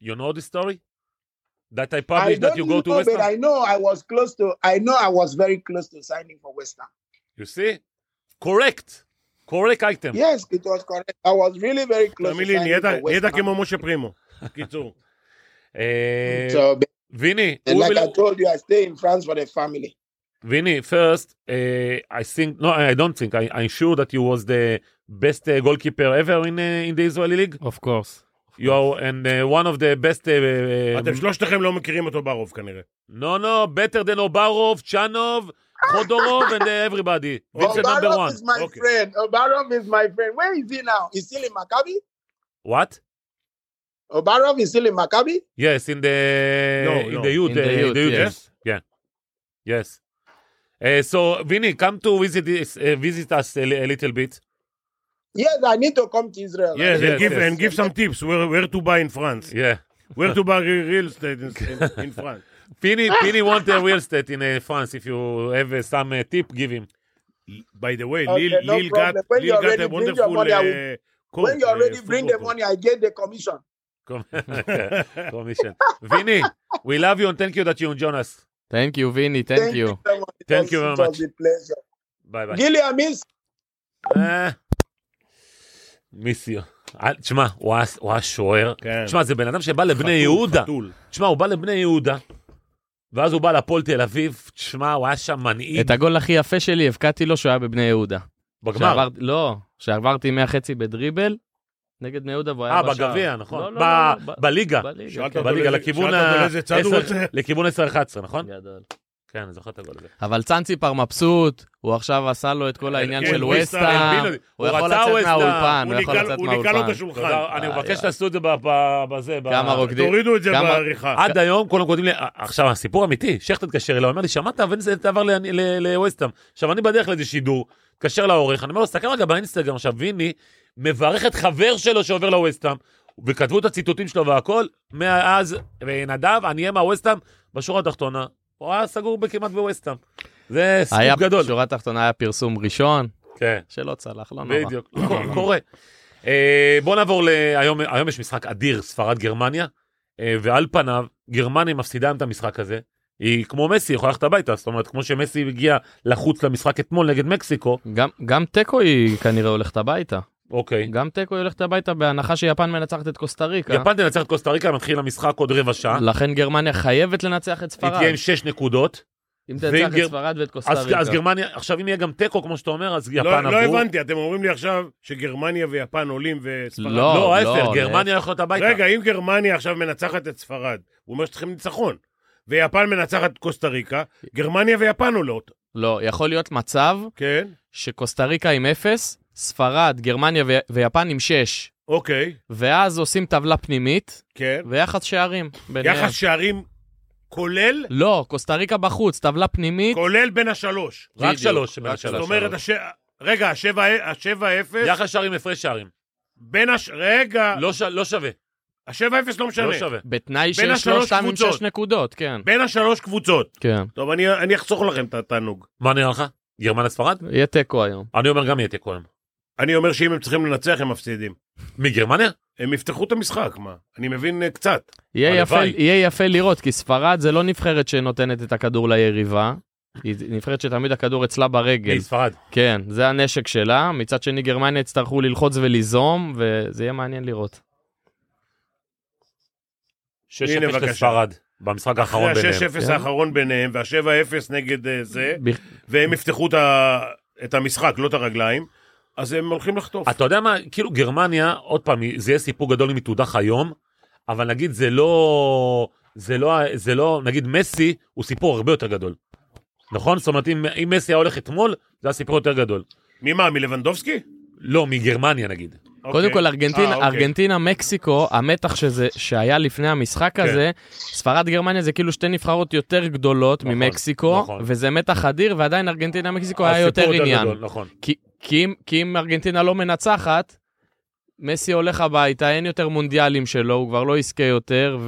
you know this story? That I
I
published
don't
that you go to
know,
West
but
Ham.
I know I was close to. I know I was very close to signing for West Ham.
You see? Correct. Correct item.
Yes, it was correct. I was really very
לא,
close.
תאמין
to
לי,
signing
נהיית-
for West
נהיית
Ham.
כמו משה פרימו.
[laughs]
קיצור.
Uh,
So, but-
Vinny,
and
who
like I
will-
told you, I stay in France for the family.
Vinny, first, uh, I think, no, I don't think, I, I'm sure that you was the best uh, goalkeeper ever in, uh, in the Israeli league.
Of course.
You are, and uh, one of the best, uh,
אתם
uh,
שלושתכם לא מכירים אותו ברוב כנראה.
no, no, better than Obarov, Chanov, Khodorov, and uh, everybody. Vincent number
Obarov
one.
is my
Okay.
friend. Obarov is my friend. Where is he now? He's still in Maccabi.
What?
Obarov is still in Maccabi.
Yes, in the
No,
in
no.
the youth,
In the
uh,
youth,
the youth,
yes.
yeah, yes. Uh, so Vinny, come to visit this, uh, visit us a, li- a little bit.
Yes, I need to come to Israel.
Yes, and
Yes,
give
yes.
and give some tips where where to buy in France,
Yeah,
where to buy re- real estate in, in, in France.
Vinny, Vinny want a real estate in uh, France. If you have uh, some uh, tip, give him.
By the way,
Okay,
Lil,
no
Lil got,
problem. When
Lil
you're
got
ready,
a
bring your
wonderful.
money, I will-
uh, coat,
When you're
uh,
ready, bring the
football
money. I get the commission.
Com- [laughs] commission. Vinny, we love you and thank you that you join us.
Thank you, Vinny, thank you.
very much. It
Thank
was-
you very
it
much.
was a pleasure.
ביי ביי.
גילי אמיס,
אה, מיסיו. אל- תשמע, הוא היה- הוא היה שוער.
כן.
תשמע, זה בן אדם שבא
חתול,
לבני יהודה.
חתול.
תשמע, הוא בא לבני יהודה, ואז הוא בא להפועל תל אביב, תשמע, הוא היה שם
את
מנהיג
הגול הכי יפה שלי הבקעתי לו שהוא היה בבני יהודה.
בגמר.
שעבר, לא, שעברתי מהחצי בדריבל נגד בני יהודה והוא היה
אה,
בשער.
בגביע, נכון.
לא,
ב-
לא, לא, לא, ב-
בליגה.
בליגה,
שאלת
כן.
אותו
בליגה,
לאיזה-
לכיוון
שאלת
ה-
אותו לאיזה צד הוא
עשר-
רוצה.
לכיוון 10-11, נכון?
גדול.
כן, אני זוכר את הגול הזה.
אבל צאנציפר מבסוט, הוא עכשיו עשה לו את כל
אה,
העניין
כן,
של
הוא הסתער,
ווסטהאם,
הפיל אותי. הוא
הוא יכול
רצה
לצאת
ווסטהאם,
מהאולפן,
הוא
הוא יכול
ניקה-
לצד
הוא ניקה לו את
מהאולפן.
השולחן.
תודה, אני
איי,
מבקש
איי.
שתעשו את זה ב- ב- בזה. ב-
אה, כמה רוקדים.
תורידו את זה
כמה-
בעריכה.
אוקיי.
עד היום כולם כותבים לי, עכשיו הסיפור אמיתי, שכטר התקשר אליי, הוא אומר לי, שמעת, אבל זה עבר לווסטאם. עכשיו אני בדרך לאיזה שידור, התקשר לעורך, אני אומר לו, סתכל רגע באינסטגרם, עכשיו ויני מברך את חבר שלו שעובר לווסטאם, וכתבו את הציטוטים שלו והכל, מאז, נדב, אני אהיה מהווסטאם, בשורה התחתונה, הוא היה סגור בכמעט בווסטאם. זה
היה,
סקופ גדול.
בשורה התחתונה היה פרסום ראשון,
כן,
שלא צלח, לא נורא.
בדיוק, קורה. אה, בוא נעבור להיום, היום יש משחק אדיר, ספרד גרמניה, אה, ועל פניו, גרמניה מפסידה היום את המשחק הזה. היא כמו מסי, יכולה ללכת הביתה, זאת אומרת, כמו שמסי הגיע לחוץ למשחק אתמול נגד מקסיקו,
גם, גם תיקו היא כנראה הולכת הביתה.
אוקיי.
גם תיקו היא הולכת הביתה בהנחה שיפן מנצחת את קוסטה ריקה.
יפן תנצח את קוסטה ריקה, מתחיל המשחק עוד רבע שעה,
לכן גרמניה חייבת לנצח את
היא
לא, ספרד.
תהיה עם 6 נקודות,
אם
ואם
תנצח
גר-
את ספרד ואת קוסטה
אז
ריקה.
אז גרמניה, עכשיו אם יהיה גם תיקו, כמו שאתה אומר, אז יפן
לא
עברו.
לא הבנתי, אתם אומרים לי עכשיו שגרמניה ויפן עולים וספרד.
לא,
לא, ההפך,
לא,
גרמניה הולכת הביתה.
רגע, אם גרמניה עכשיו מנצחת את ספרד, הוא אומר שצריכים ניצחון, ויפן מנצחת את קוסטה ריקה, גרמניה ויפן עולות.
לא, יכול להיות מצב
כן,
שקוסטה ריקה עם 0, ספרד, גרמניה ו- ויפן עם 6,
אוקיי,
ואז עושים טבלה פנימית
כן.
ויחס שערים ביניהם.
יחס שערים כולל,
לא, קוסטה ריקה בחוץ, טבלה פנימית.
כולל בין השלוש.
רק
בדיוק,
שלוש, בין
רק
השלוש.
זאת
שלוש.
אומרת, הש... רגע, השבע, השבע אפס,
יחס שערים, הפרש שערים.
בין הש... רגע,
לא ש- לא שווה,
השבע אפס לא משנה.
לא שווה.
בתנאי
בין
שיש
השלוש
שלושתם עם
קבוצות.
6 נקודות, כן.
בין השלוש קבוצות.
כן.
טוב, אני, אני אחסוך לכם את התענוג.
מה נראה לך? גרמניה ספרד?
יהיה תיקו היום.
אני אומר גם יהיה תיקו היום.
אני אומר שאם הם צריכים לנצח, הם מפסידים.
מגרמניה?
הם יפתחו את המשחק, מה? אני מבין אה, קצת.
יהיה יפה,
הלוואי.
יהיה יפה לראות, כי ספרד זה לא נבחרת שנותנת את הכדור ליריבה, היא נבחרת שתמיד הכדור אצלה ברגל.
היא ספרד.
כן, זה הנשק שלה. מצד שני, גרמניה יצטרכו ללחוץ וליזום, וזה יהיה מעניין לראות.
שש
הנה,
אפס
בבקשה.
לספרד, במשחק האחרון
אחרי
ביניהם.
ה-6-0
כן.
האחרון ביניהם, וה-7-0 נגד אה, זה,
בכ-
והם יפתחו את ה- את המשחק, לא את הרגליים, אז הם הולכים לחטוף.
אתה יודע מה, כאילו גרמניה, עוד פעם, זה יהיה סיפור גדול אם היא תודח היום, אבל נגיד זה לא, זה לא, זה לא, נגיד מסי הוא סיפור הרבה יותר גדול. נכון? זאת אומרת, אם, אם מסי היה הולך אתמול, זה היה סיפור יותר גדול.
ממה, מלבנדובסקי?
לא, מגרמניה נגיד.
קודם
אוקיי.
כל, ארגנטינה,
אה, אוקיי.
ארגנטינה, מקסיקו, המתח שזה, שהיה לפני המשחק הזה, ספרד גרמניה זה כאילו שתי נבחרות יותר גדולות
נכון,
ממקסיקו,
נכון.
וזה מתח אדיר, ועדיין ארגנטינה מקסיקו היה
הסיפור
יותר עניין.
גדול, נכון.
כי, כי, אם, כי אם ארגנטינה לא מנצחת, מסי הולך הביתה, אין יותר מונדיאלים שלו, הוא כבר לא יזכה יותר,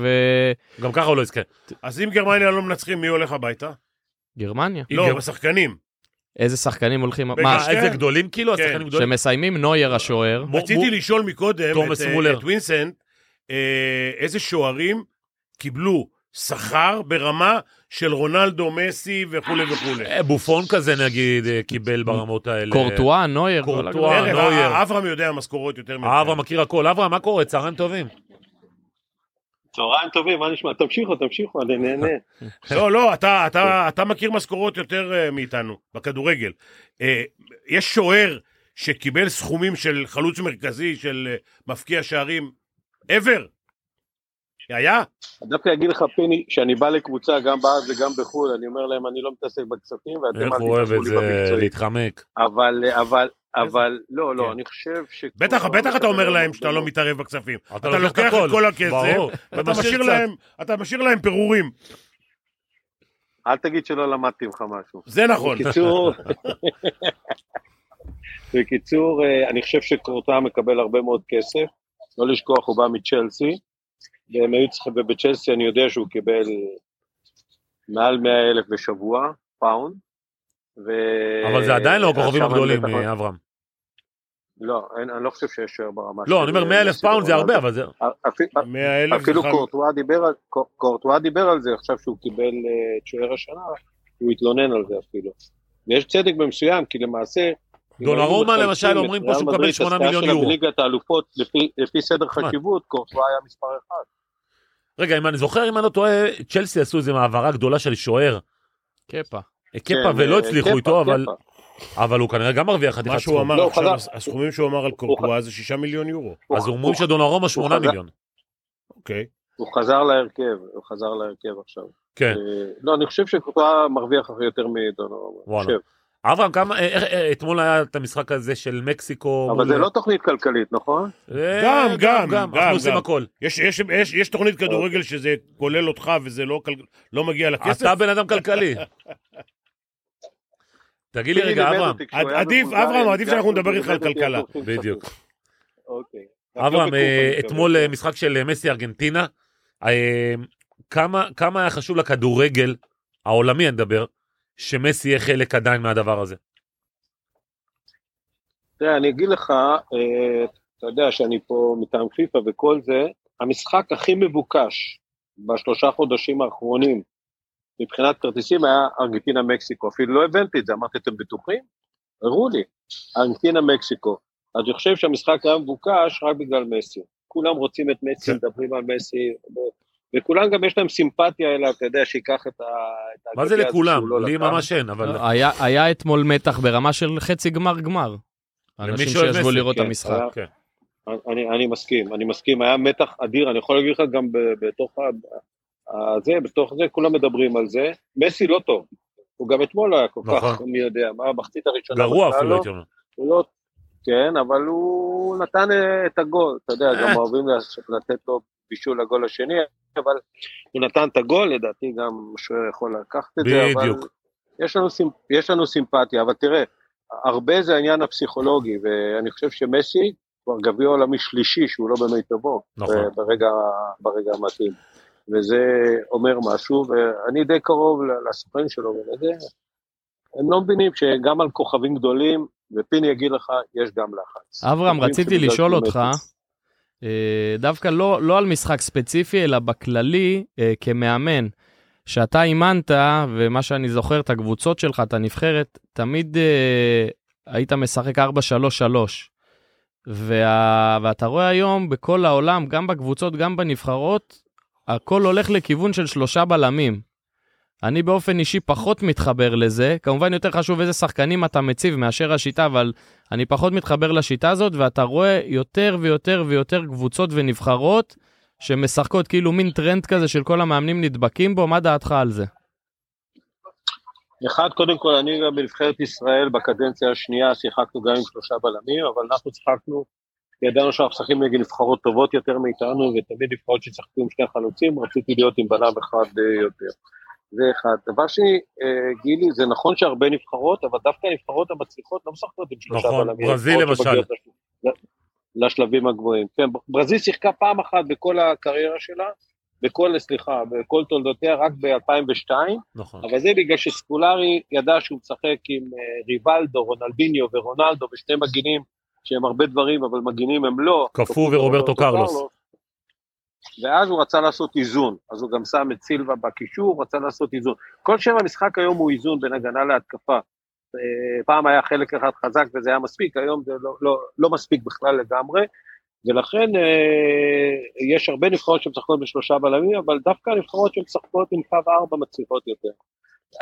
גם ככה הוא לא יזכה.
אז אם גרמניה לא מנצחים, מי הולך הביתה?
וגרמניה.
היא
לא,
גר-
בשחקנים.
איזה שחקנים הולכים...
בגלל
מה,
ש-
איזה גדולים כאילו,
כן.
השחקנים גדולים.
שמסיימים נויר השוער.
מו-
רציתי
מו-
לשאול מקודם
תומאס
את, אה,
מולר.
את וינסנט, אה, איזה שוערים קיבלו שכר ברמה של רונלדו, מסי וכולי וכולי.
אה, בופון כזה נגיד אה, קיבל ברמות האלה.
קורטואה, נויר. לא
קורטואה,
כל הגדולים.
ארז,
נויר.
אה, אברהם יודע משכורות יותר ממך.
אה, אברהם מכיר הכל. אברהם, מה קורה? צהריים טובים.
צהריים טובים, מה נשמע? תמשיכו, תמשיכו, אני נהנה.
לא, לא, אתה,
כן.
אתה, אתה מכיר משכורות יותר אה, מאיתנו, בכדורגל. אה, יש שוער שקיבל סכומים של חלוץ מרכזי, של אה, מפקיע שערים, ever? היה?
דווקא אגיד לך, פיני, שאני בא לקבוצה גם בארץ וגם בחו"ל, אני אומר להם, אני לא מתעסק בכספים, ואתם
איך
אל
הוא אוהב
תתעסקו
את
לי
זה
במקצועי.
להתחמק.
אבל, אבל אבל לא,
כן.
לא, אני חושב ש...
בטח, בטח אתה אומר להם שאתה לא מתערב בכספים. אתה לוקח את כל הכסף,
ברור.
ואתה משאיר להם- אתה משאיר להם פירורים.
אל תגיד שלא למדתי ממך משהו.
זה נכון.
בקיצור, בקיצור, אה, אני חושב שקורטה מקבל הרבה מאוד כסף, לא לשכוח, הוא בא מצ'לסי, והם היו צריכים, ובצ'לסי אני יודע שהוא קיבל מעל 100 אלף בשבוע, פאונד, ו...
אבל זה עדיין לא הכוכבים
עכשיו אני
הגדולים,
בטח לא-
אה, אברהם.
לא, אין- אני לא חושב שיש שוער ברמה
לא, אני
אה,
אומר 100 אלף פאונד זה הרבה, אבל זה...
אבל...
מאה אלף
אפילו
זה חם.
קורטואה דיבר, על- קור- קורטואה דיבר על זה עכשיו שהוא קיבל אה, את שוער השנה, הוא התלונן על זה אפילו. ויש צדק במסוים, כי למעשה... אם
דונרומה
היינו
למשל,
מחלקים את
אומרים פה
ריאל
שהוא מקבל
מדריד,
8
השקעה
מיליון
שלה
יורו.
בליגת האלופות, לפי- לפי סדר
נחמד.
חשיבות, קורטואה היה מספר אחד.
רגע, אם אני זוכר, אם אני לא טועה, צ'לסי עשו איזו העברה גדולה של שוער.
קפה.
קפה
כן,
ולא
אה,
הצליחו
קפה,
איתו, אבל-
קפה.
אבל הוא כנראה גם מרוויח חתיכת
מה שהוא
סכום.
אמר
לא,
עכשיו,
חזר.
הסכומים שהוא אמר על קורקואה זה שישה מיליון יורו.
הוא-
אז אומרים
הוא-
שדונרומה 8
חזר-
מיליון.
אוקיי.
הוא חזר להרכב, הוא חזר להרכב עכשיו.
כן.
אה, לא, אני חושב שקורטואה מרוויח הכי יותר לא, מדונרומה. אני
וואלה.
חושב.
אברהם, כמה... אה, איך- אה, אתמול היה את המשחק הזה של מקסיקו.
אבל
מול-
זה לא תוכנית כלכלית, נכון?
אה,
גם, גם, גם,
אנחנו עושים
גם.
הכל.
יש- יש- יש יש תוכנית כדורגל שזה כולל אותך וזה לא כל- לא מגיע לכסף?
אתה בן אדם
[laughs]
כלכלי. תגיד לי רגע,
לימד
אברהם,
אותי כשהוא
עד-
היה אה,
עדיף,
בבולגריה,
אברהם, עדיף
נפגשנו,
שאנחנו נדבר
הוא
איתך
לימד
על
אותי
כלכלה.
איך עושים
בדיוק.
אוקיי.
אברהם, אה,
בקופה,
אתמול
אני
אה,
מקווה.
משחק של אה, מסי ארגנטינה, אה, כמה כמה היה חשוב לכדורגל העולמי, אני מדבר, שמסי יהיה חלק עדיין מהדבר הזה.
תראה, אני אגיד לך, אה, אתה יודע שאני פה מטעם פיפ"א וכל זה, המשחק הכי מבוקש בשלושה חודשים האחרונים מבחינת כרטיסים היה ארגנטינה-מקסיקו. אפילו לא הבנתי את זה, אמרתי, אתם בטוחים? הראו לי, ארגנטינה-מקסיקו. אני חושב שהמשחק היה מבוקש רק בגלל מסי. כולם רוצים את
כן.
מסי, מדברים על מסי, ו- וכולם גם יש להם סימפתיה אליו, אתה יודע, שייקח את ה... את
מה זה
הגביע הזה
לכולם?
שהוא לא
לי
לקח.
ממש אין, אבל
היה, היה אתמול מתח ברמה של חצי גמר גמר. אנשים
למי שאוהב
שישבו
מסי,
לראות את
כן,
המשחק.
היה-
כן.
אני, אני מסכים, אני מסכים, היה מתח אדיר, אני יכול להגיד לך גם ב- בתוך ה... ה- זה, בתוך זה, כולם מדברים על זה. מסי לא טוב, הוא גם אתמול היה כל כך,
נכון.
מי יודע, מה, המחצית הראשונה.
גרוע
בכלל
אפילו
לא,
הייתי אומר.
הוא לא, כן, אבל הוא נתן אה, את הגול, אתה יודע,
אה.
גם אוהבים לס- לתת לו בישול לגול השני, אבל הוא נתן את הגול, לדעתי גם השוער יכול לקחת את זה, אבל
בדיוק.
יש לנו, סימפ... יש לנו סימפתיה, אבל תראה, הרבה זה העניין הפסיכולוגי, ואני חושב שמסי כבר גביע עולמי שלישי שהוא לא במיטבו,
נכון.
ב- ברגע, ברגע המתאים. וזה אומר משהו, ואני די קרוב ל- לסוכן שלו, ולזה, הם לא מבינים שגם על כוכבים גדולים, ופיני יגיד לך, יש גם לחץ.
אברהם,
אומרים
רציתי
שבגלל
לשאול
שהוא
אותך,
מסי.
אה, דווקא לא, לא על משחק ספציפי, אלא בכללי אה, כמאמן. שאתה אימנת, ומה שאני זוכר, את הקבוצות שלך, את הנבחרת, תמיד אה, היית משחק 4-3-3. וה, ואתה רואה היום בכל העולם, גם בקבוצות, גם בנבחרות, הכל הולך לכיוון של שלושה בלמים. אני באופן אישי פחות מתחבר לזה, כמובן יותר חשוב איזה שחקנים אתה מציב מאשר השיטה, אבל אני פחות מתחבר לשיטה הזאת, ואתה רואה יותר ויותר ויותר קבוצות ונבחרות שמשחקות כאילו מין טרנד כזה של כל המאמנים נדבקים בו, מה דעתך על זה?
אחד, קודם כל, אני גם בנבחרת ישראל בקדנציה השנייה שיחקנו גם עם שלושה בלמים, אבל אנחנו שיחקנו, ידענו שאנחנו משחקים נגד נבחרות טובות יותר מאיתנו, ותמיד נבחרות ששיחקו עם שני חלוצים, רציתי להיות עם בלם אחד אה, יותר. זה אחד. דבר שני, אה, גילי, זה נכון שהרבה נבחרות, אבל דווקא הנבחרות המצליחות לא משחקות עם שלושה
נכון,
בלמים.
ברזיל
הנבחרות
למשל.
שמגיעות לש- לשלבים הגבוהים. כן, ברזיל שיחקה פעם אחת בכל הקריירה שלה, בכל, סליחה, בכל תולדותיה, רק ב-2002,
נכון.
אבל זה בגלל שסקולרי ידע שהוא משחק עם אה, ריבלדו, רונלדיניו ורונלדו ושני מגינים שהם הרבה דברים, אבל מגינים הם לא.
קפו ורוברטו קרלוס.
ואז הוא רצה לעשות איזון, אז הוא גם שם את סילבה בקישור, רצה לעשות איזון. כל שם המשחק היום הוא איזון בין הגנה להתקפה. אה, פעם היה חלק אחד חזק וזה היה מספיק, היום זה לא, לא, לא מספיק בכלל לגמרי, ולכן אה, יש הרבה נבחרות שמשחקות בשלושה בלמים, אבל דווקא הנבחרות שמשחקות עם קו ארבע מצליחות יותר.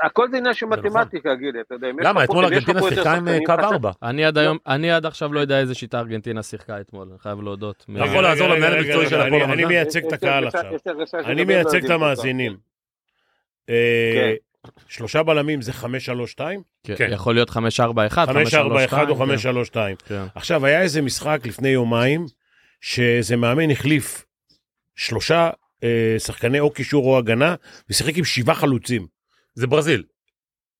הכל זה עניין של
זה נכון.
מתמטיקה, גילי, אתה יודע. אם יש
למה?
לך פה-
אתמול
אם יש לך
ארגנטינה
פה יותר
שיחקה עם אה,
שחקנים,
קו
אתה-
4.
אני עד היום, אני עד עכשיו לא יודע איזה שיטה ארגנטינה שיחקה אתמול, אני חייב להודות.
אתה
מ-
יכול לעזור
רגע,
למנהל
רגע,
המקצועי
רגע,
של הפועל
אני-
רמת
אני
גן?
מייצג את
יש- יש
הקהל
הרגשה-
עכשיו.
יש הרגשה שגם
אני
הם לא
מייצג את
יודעים כל כך.
המאזינים. אה, שלושה בלמים זה 5-3-2?
כן.
יכול להיות 541,
5-4-1 או 5-3-2.
532, כן.
עכשיו, היה איזה משחק לפני יומיים, שאיזה מאמן החליף שלושה אה, שחקני או קישור או הגנה, ושיחק עם שבעה חלוצים.
זה ברזיל.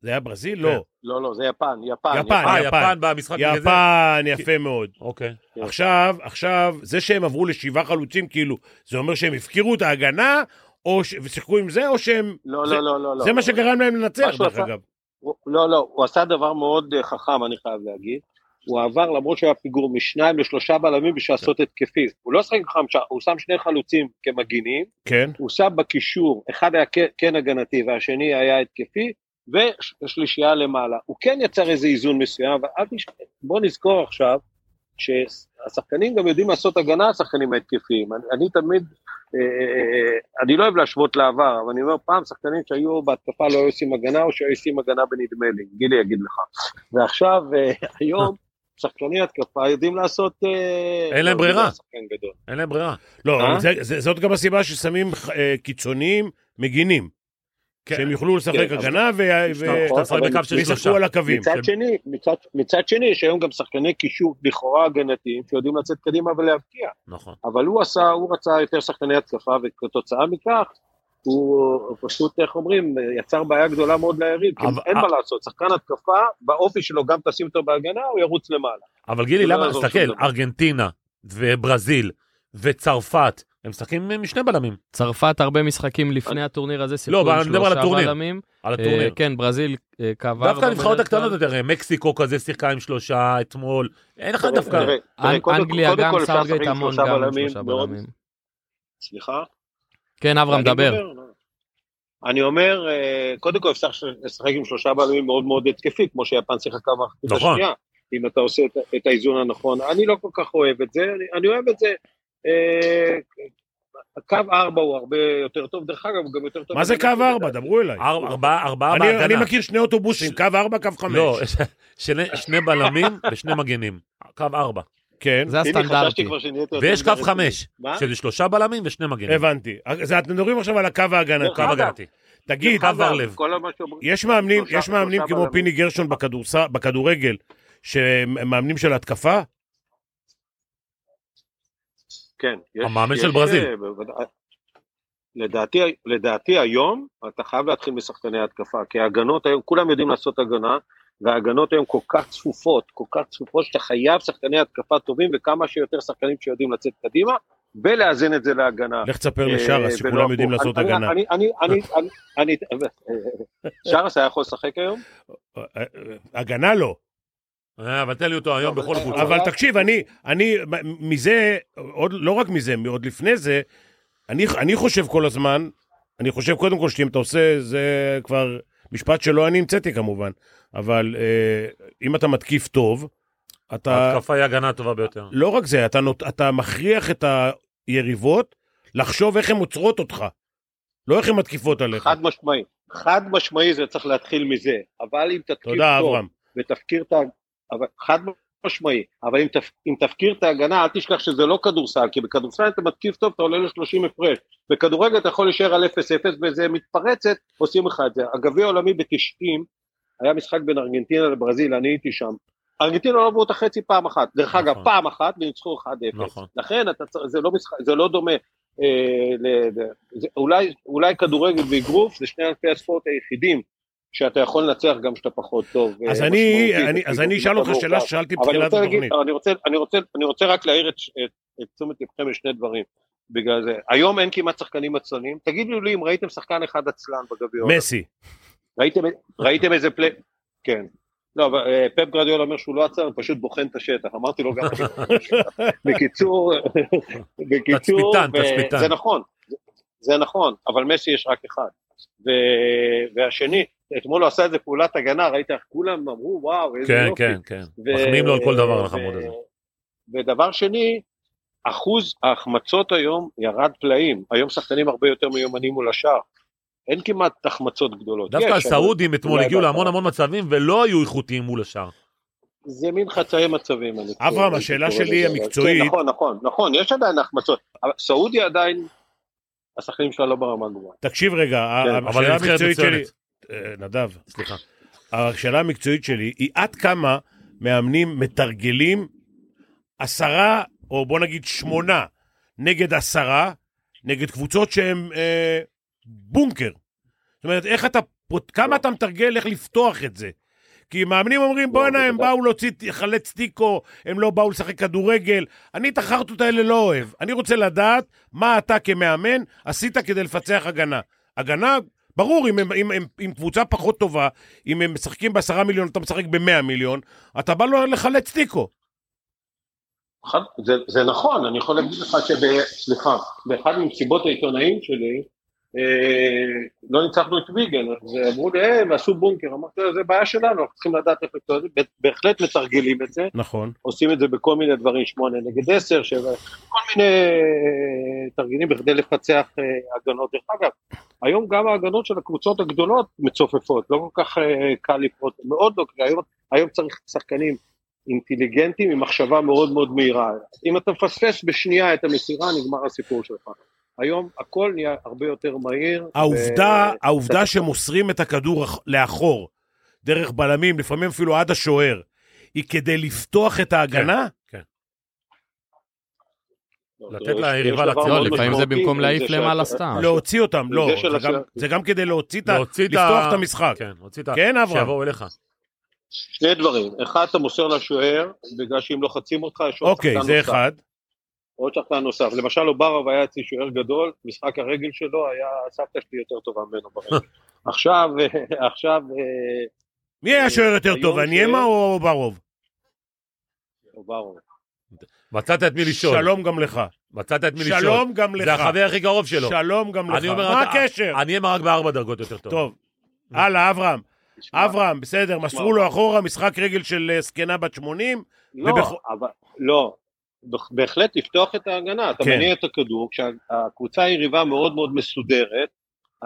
זה היה ברזיל?
כן.
לא.
לא, לא, זה יפן, יפן.
יפן.
אה,
יפן.
יפן במשחק נגד זה?
יפן, יפה מאוד.
אוקיי.
כן.
עכשיו, עכשיו, זה שהם עברו לשבעה חלוצים, כאילו, זה אומר שהם הפקירו את ההגנה, או ש... ושיחקו עם זה, או שהם...
לא,
זה-
לא, לא, לא. לא.
זה מה שגרם להם
מה
לנצח,
שהוא
דרך
עשה-
אגב.
הוא- לא, לא, הוא עשה דבר מאוד אה, חכם, אני חייב להגיד. הוא עבר, למרות שהיה פיגור משניים לשלושה בלמים בשביל לעשות התקפי. הוא לא שחק עם חמשה, הוא שם שני חלוצים כמגינים,
כן.
הוא שם בקישור, אחד היה כן- כן הגנתי והשני היה התקפי, ושלישייה למעלה. הוא כן יצר איזה איזון מסוים, אבל אל תשכח, בוא נזכור עכשיו, שהשחקנים גם יודעים לעשות הגנה, השחקנים ההתקפיים. אני, אני תמיד, אה, אה, אני לא אוהב להשוות לעבר, אבל אני אומר, פעם שחקנים שהיו בהתקפה לא היו עושים הגנה, או שהיו עושים הגנה בנדמה לי, גילי יגיד לך. ועכשיו, אה,
[laughs]
היום, שחקני התקפה יודעים לעשות... אה,
אין להם
לא,
ברירה.
זה לא שחקן גדול.
אין להם ברירה.
לא,
אה?
אבל זה- זה- זאת גם הסיבה ששמים אה, קיצוניים מגינים.
כן.
שהם יוכלו לשחק
כן, אבל-
הגנה ו- ו-
כשאתה משחק
אבל-
בקו של שלושה.
וישחקו על הקווים.
מצד
של-
שני, מצד, מצד שני, יש היום גם שחקני קישור לכאורה הגנתיים שיודעים לצאת קדימה ולהבקיע.
נכון.
אבל הוא עשה, הוא רצה יותר שחקני התקפה, וכתוצאה מכך, הוא פשוט, איך אומרים, יצר בעיה גדולה מאוד ליריב, כי
אבל-
אין מה לעשות, שחקן התקפה, באופי שלו גם תשים אותו בהגנה, הוא ירוץ למעלה.
אבל גילי,
לא
למה,
יעזור שום
תסתכל,
דבר.
ארגנטינה וברזיל וצרפת, הם משחקים עם שני בלמים,
צרפת הרבה משחקים לפני הטורניר הזה, שיחקו
לא, אבל
עם
אני מדבר על
שלושה
הטורניר.
בלמים.
על
אה,
הטורניר.
כן, ברזיל אה, קו ארבע.
דווקא הנבחרות
בדרך כלל.
הקטנות יותר, אה, מקסיקו כזה שיחקה עם שלושה אתמול, אין לך דווקא,
תראה, תראה,
אנ-
קודם-
אנגליה
קודם
גם,
כל אפשר לשחק
סארגייט
עם
המון
שלושה
גם, עם
בלמים,
שלושה
מאוד-
בלמים.
סליחה?
כן, אברהם,
אני
דבר.
מדבר, לא. אני אומר, אה, קודם כל אפשר לשחק עם שלושה בלמים מאוד מאוד התקפי, כמו שיפן שיחקה במחצית
נכון.
השנייה, אם אתה עושה את, את האיזון הנכון. אני לא כל כך אוהב את זה, אני, אני אוהב את זה. אה, קו ארבע הוא הרבה יותר טוב, דרך אגב, הוא גם יותר טוב.
מה זה קו
לדעתי.
ארבע? דברו אליי.
אר- ארבעה ארבעה
אני- אני
בהגנה.
מכיר שני אוטובוסים, קו ארבע, קו חמש.
לא, שני- שני בלמים ושני מגנים, קו ארבע.
כן,
זה
הנה, חששתי
הסטנדרטי.
כבר שנהיית יותר
ויש קו
מדי
חמש,
מה?
שזה שלושה בלמים ושני מגנים.
הבנתי. זה- אתם מדברים עכשיו על הקו ההגנתי.
לא, קו
אגב,
הגנתי.
תגיד,
קו
רציני.
בר לב.
כל מה שאומרים-
יש מאמנים,
שלושה-
יש מאמנים
שלושה
כמו
בלמים.
פיני גרשון בכדורס- בכדורגל, שהם מאמנים של התקפה?
כן. יש-
המאמן של
יש,
ברזיל.
אה, בוודאי. לדעתי, לדעתי היום, אתה חייב להתחיל משחקני התקפה, כי ההגנות היום, כולם יודעים לעשות הגנה, וההגנות היום כל כך צפופות, כל כך צפופות, שאתה חייב שחקני התקפה טובים, וכמה שיותר שחקנים שיודעים לצאת קדימה, ולאזן את זה להגנה.
לך תספר
אה,
לשרה
ולא
שכולם יודעים
הפוך.
לעשות
אני-
הגנה.
אני, אני, אני, אני, אני, אה, שרס היה יכול לשחק היום?
אה, אה, הגנה לא.
אה, אבל תן לי אותו היום
אבל-
בכל קבוצה.
אבל תקשיב, אני, אני, מזה, עוד, לא רק מזה, עוד לפני זה, אני, אני חושב כל הזמן, אני חושב קודם כל שאם אתה עושה, זה כבר משפט שלא אני המצאתי כמובן, אבל אה, אם אתה מתקיף טוב, אתה,
ההתקפה היא ההגנה הטובה ביותר.
לא רק זה, אתה, נות, אתה מכריח את היריבות לחשוב איך הן עוצרות אותך, לא איך הן מתקיפות עליך.
חד משמעי. חד משמעי זה צריך להתחיל מזה, אבל אם תתקיף
תודה,
טוב,
אברהם.
ותפקיר את ה... אבל- חד משמעי, אבל אם, תפ... אם תפקיר את ההגנה, אל תשכח שזה לא כדורסל, כי בכדורסל אתה מתקיף טוב, אתה עולה ל-30 הפרש. בכדורגל אתה יכול להישאר על 0-0 באיזה מתפרצת, עושים לך את זה. הגביע העולמי ב-90, היה משחק בין ארגנטינה לברזיל, אני הייתי שם. ארגנטינה לא עברו את החצי פעם אחת. דרך
נכון.
אגב, פעם אחת וניצחו 1-0.
נכון.
לכן אתה... צר- זה, לא משחק... זה לא דומה. אה, ל... ל- זה... אולי, אולי כדורגל ואגרוף זה שני ענפי הספורט היחידים שאתה יכול לנצח גם כשאתה פחות טוב.
אז
אה,
אני,
משמעותית,
אני, אז
וכאילו,
אני אשאל אותך
כדור
שאלה
קל.
ששאלתי
אבל אני
בתחילת
רוצה,
התוכנית.
להגיד, אני, רוצה, אני, רוצה, אני רוצה רק להעיר את, את, את תשומת לבכם לשני דברים. בגלל זה, היום אין כמעט שחקנים עצלנים, תגידו לי אם ראיתם שחקן אחד עצלן בגביע. העולם.
מסי,
ראיתם, ראיתם איזה פלי... כן. לא, אבל אה, פפ גרדיאל אומר שהוא לא עצר, הוא פשוט בוחן את השטח. אמרתי לו גם... [laughs] בקיצור, [laughs] בקיצור,
תצפיתן,
ו-
תצפיתן.
זה נכון, זה נכון, אבל מסי יש רק אחד. ו... והשני, אתמול הוא עשה איזה פעולת הגנה, ראית איך כולם אמרו, וואו, איזה
כן,
יופי.
כן, כן.
ו-
מחמיאים לו על כל דבר,
ו-
לחמוד הזה.
ודבר שני, אחוז ההחמצות היום ירד פלאים. היום שחקנים הרבה יותר מיומנים מול השאר. אין כמעט החמצות גדולות. יש,
דווקא
אבל-
הסעודים אתמול
אולי
הגיעו
בהתחלה.
להמון המון מצבים ולא היו איכותיים מול השאר.
זה מין חצאי מצבים. אני
אברהם,
קורא-
השאלה
אני קורא
שלי
לזה.
המקצועית-
כן, נכון, נכון, נכון, יש עדיין החמצות. אבל סעודיה עדיין, השחקנים שלה לא ברמה גבוהה.
תקשיב רגע, ה-
כן,
ה-
אבל
השאלה
היא נבחרת
המקצועית שלי,
מצוינת.
אה, נדב, סליחה. השאלה המקצועית שלי היא עד כמה מאמנים מתרגלים עשרה, או בוא נגיד שמונה, נגד עשרה, נגד קבוצות שהן אה, בונקר. זאת אומרת, איך אתה, פות- כמה אתה מתרגל איך לפתוח את זה? כי מאמנים אומרים, בואנה, הם באו להוציא חלץ תיקו, הם לא באו לשחק כדורגל. אני את החרטות האלה לא אוהב. אני רוצה לדעת מה אתה כמאמן עשית כדי לפצח הגנה. הגנה, ברור, אם, הם, אם, אם, אם קבוצה פחות טובה, אם הם משחקים בעשרה מיליון, אתה משחק במאה מיליון, אתה בא לו לחלץ תיקו.
אחד- זה, זה נכון, אני יכול להגיד לך שב... סליחה, באחד ממסיבות העיתונאים שלי, אה, לא ניצחנו את ויגן, אז אמרו לי, אה, הם עשו בונקר, אמרתי, זה בעיה שלנו, אנחנו צריכים לדעת איך לקטוע את זה, בה- בהחלט מתרגלים את זה,
נכון.
עושים את זה בכל מיני דברים, שמונה נגד עשר, שבע, כל מיני אה, תרגילים בכדי לפצח אה, הגנות. דרך אגב, היום גם ההגנות של הקבוצות הגדולות מצופפות, לא כל כך אה, קל לפרוט, מאוד לא קל, היום, היום צריך שחקנים אינטליגנטים עם מחשבה מאוד מאוד מהירה. אם אתה מפספס בשנייה את המסירה, נגמר הסיפור שלך. היום הכל נהיה הרבה יותר מהיר.
העובדה,
ו-
העובדה שמוסרים את הכדור אח- לאחור, דרך בלמים, לפעמים אפילו עד השוער, היא כדי לפתוח את ההגנה?
כן. לתת
יש-
ליריבה
יש דבר
לצאת.
לא,
מאוד
לפעמים זה
משמעותי,
במקום
אם
להעיף
זה
למעלה
שאתה-
סתם.
להוציא אותם, לא.
זה של
זה גם-
השאלה.
זה גם כדי להוציא את ה...
אה, להוציא את ה-
לפתוח את המשחק.
כן, הוציא את ה...
כן, אברהם?
שיבואו אליך.
שני דברים, אחד אתה מוסר לשוער, בגלל שאם לוחצים אותך יש עוד
אוקיי,
שחקן
זה
נוסף.
אחד.
עוד שחקן נוסף. למשל אוברוב היה אצלי שוער גדול, משחק הרגל שלו היה, סבתא שלי יותר טובה ממנו
[laughs]
ברגל. עכשיו, [laughs] אה, עכשיו, אה,
מי היה שוער יותר
היום
טוב,
שוער-
הניימה או ברוב?
אוברוב.
מצאת את מי לשאול.
שלום גם לך.
מצאת את מי לשאול.
שלום גם לך.
זה החבר הכי קרוב שלו.
שלום גם לך.
אני אומר,
מה
אתה-
הקשר?
אני אמר רק בארבע דרגות יותר טוב.
טוב. הלאה, אברהם.
תשמע,
אברהם, בסדר, מסרו לו אחורה משחק רגל של אה, זקנה בת 80.
לא,
ובכל-
אבל, לא. בח- בהחלט לפתוח את ההגנה, אתה
כן.
מניע את הכדור, כשהקבוצה היריבה מאוד מאוד מסודרת,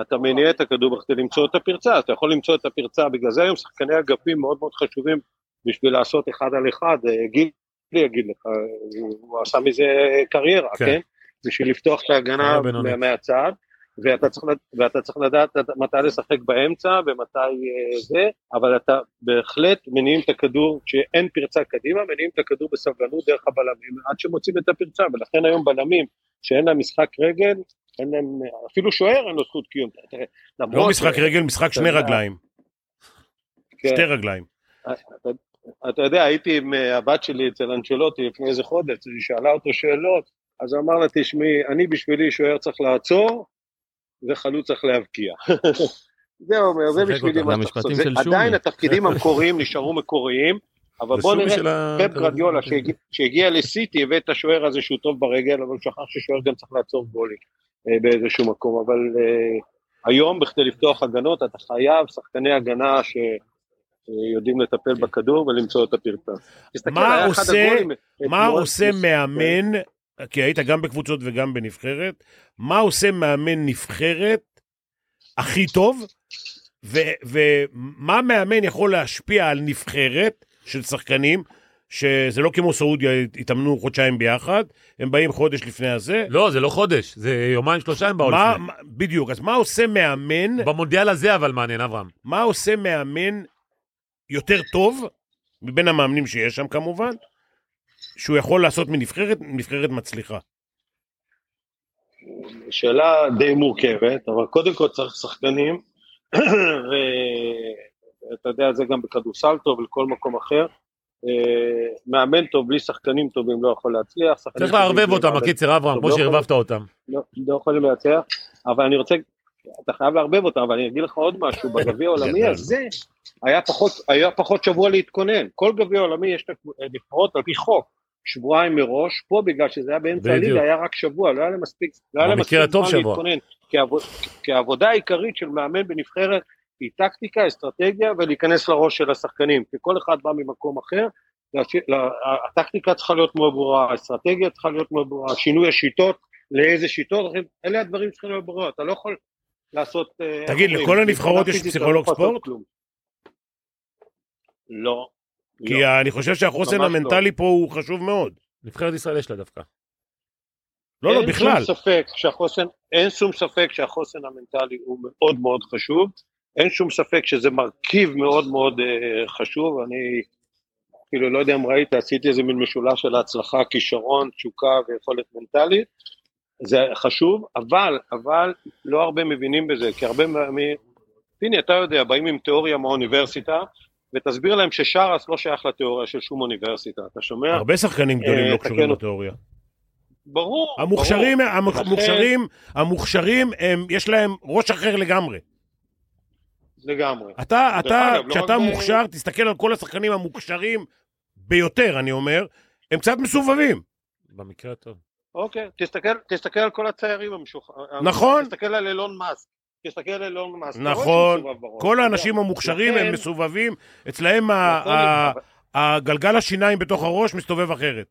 אתה מניע את הכדור בכדי למצוא את הפרצה, אתה יכול למצוא את הפרצה, בגלל זה היום שחקני אגפים מאוד מאוד חשובים בשביל לעשות אחד על אחד, אה, גילי יגיד לך, הוא- הוא עשה מזה קריירה,
כן.
כן? בשביל לפתוח את ההגנה
קריירה בינונית.
מה- מהצד, ואתה צריך, לד- ואתה צריך לדעת מתי לשחק באמצע ומתי אה, זה, אבל אתה בהחלט מניעים את הכדור, כשאין פרצה קדימה, מניעים את הכדור בסבלנות דרך הבלמים עד שמוצאים את הפרצה, ולכן היום בלמים שאין להם משחק רגל, אין להם, אפילו שוער אין לו זכות קיום. תראה,
לא
למרות-
משחק רגל, משחק שני
אתה יודע,
רגליים.
כן.
שתי רגליים.
אתה, אתה יודע, הייתי עם אה, הבת שלי אצל אנשלוטי לפני איזה חודש, היא שאלה אותו שאלות, אז הוא אמר לה, תשמעי, אני בשבילי שוער צריך לעצור, וחלוץ צריך להבקיע. [laughs] זה אומר, זה
שיחק
בשבילי
אותה,
מה שצריך
למשפטים
לעשות. זה-
של שומי.
עדיין התפקידים המקוריים נשארו מקוריים,
[laughs]
אבל
זה
בוא
שום
נראה,
של ה-
פפ גרדיולה שהגיע- שהגיע לסיטי הביא את השוער הזה שהוא טוב ברגל, אבל הוא שכח ששוער גם צריך לעצור גולים אה, באיזשהו מקום, אבל אה, היום בכדי לפתוח הגנות אתה חייב שחקני הגנה שיודעים לטפל בכדור ולמצוא את הפרצה. תסתכל,
כן. מה
היה אחד
עושה-
הגולים,
מה
אתמול-
עושה מאמן, כי היית גם בקבוצות וגם בנבחרת, מה עושה מאמן נבחרת הכי טוב, ו- ומה מאמן יכול להשפיע על נבחרת של שחקנים, שזה לא כמו סעודיה, התאמנו חודשיים ביחד, הם באים חודש לפני הזה.
לא, זה לא חודש, זה יומיים שלושה הם באו
מה,
לא, לפני.
מה- בדיוק, אז מה עושה מאמן,
במונדיאל הזה אבל מעניין, אברהם.
מה עושה מאמן יותר טוב, מבין המאמנים שיש שם כמובן, שהוא יכול לעשות מנבחרת, נבחרת מצליחה.
שאלה די מורכבת, אבל קודם כל צריך שחקנים, [coughs] ואתה יודע, זה גם בכדורסל טוב ולכל מקום אחר. אה, מאמן טוב בלי שחקנים טובים לא יכול להצליח. שחקנים
צריך
טובים
לערבב
בלי
אותם,
מאמן
הקיצר, אברהם,
טוב,
כמו
לא יכול-
שערבבת אותם.
לא, לא יכולים לנצח, אבל אני רוצה, אתה חייב לערבב אותם, אבל אני אגיד לך עוד משהו,
[laughs]
בגביע העולמי
גדול.
הזה היה פחות, היה פחות שבוע להתכונן, כל גביע עולמי יש לפחות על פי חוק, שבועיים מראש, פה בגלל שזה היה באמצע
בדיוק.
הליגה היה רק שבוע, לא היה להם מספיק, לא היה להם מספיק
במקרה הטוב שבוע.
להתכונן, כי, העבוד, כי העבודה העיקרית של מאמן בנבחרת היא טקטיקה, אסטרטגיה ולהיכנס לראש של השחקנים, כי כל אחד בא ממקום אחר, והש- לה- הטקטיקה צריכה להיות מאוד ברורה, האסטרטגיה צריכה להיות מאוד ברורה, שינוי השיטות, לאיזה שיטות, אלה הדברים שצריכים להיות ברורים, אתה לא יכול לעשות... אה,
תגיד,
איך
לכל
אומרים,
הנבחרות יש
פיזית, אתה לא
פסיכולוג
יכול לעשות
ספורט?
כלום. לא.
כי
לא.
אני חושב שהחוסן
ממש לא.
המנטלי פה הוא חשוב מאוד.
נבחרת ישראל יש לה דווקא.
לא, לא,
אין
בכלל.
שום ספק שהחוסן, אין שום ספק שהחוסן המנטלי הוא מאוד מאוד חשוב, אין שום ספק שזה מרכיב מאוד מאוד אה, חשוב, אני כאילו לא יודע אם ראית, עשיתי איזה מין משולש של ההצלחה, כישרון, תשוקה ויכולת מנטלית, זה חשוב, אבל, אבל לא הרבה מבינים בזה, כי הרבה פעמים, הנה אתה יודע, באים עם תיאוריה מהאוניברסיטה, ותסביר להם ששרס לא שייך לתיאוריה של שום אוניברסיטה, אתה שומע?
הרבה שחקנים גדולים
אה,
לא
תקן
קשורים
אותי.
לתיאוריה.
ברור,
המוכשרים,
ברור.
המוכ-
לכן-
המוכשרים, המוכשרים, הם- יש להם ראש אחר לגמרי.
לגמרי.
אתה,
דרך
אתה,
אגב, לא
כשאתה
רק ב-
מוכשר, תסתכל על כל השחקנים המוכשרים ביותר, אני אומר, הם קצת מסובבים.
במקרה הטוב.
אוקיי, תסתכל, תסתכל על כל הציירים המשוחררים.
נכון.
תסתכל על אילון מאסק. תסתכל על אילון מאסק. אתה רואה
נכון.
שהוא מסובב בראש,
כל
אתה
האנשים
יודע.
המוכשרים
לכן-
הם מסובבים, אצלהם ה-
נכון,
ה-
אבל-
הגלגל השיניים בתוך הראש מסתובב אחרת.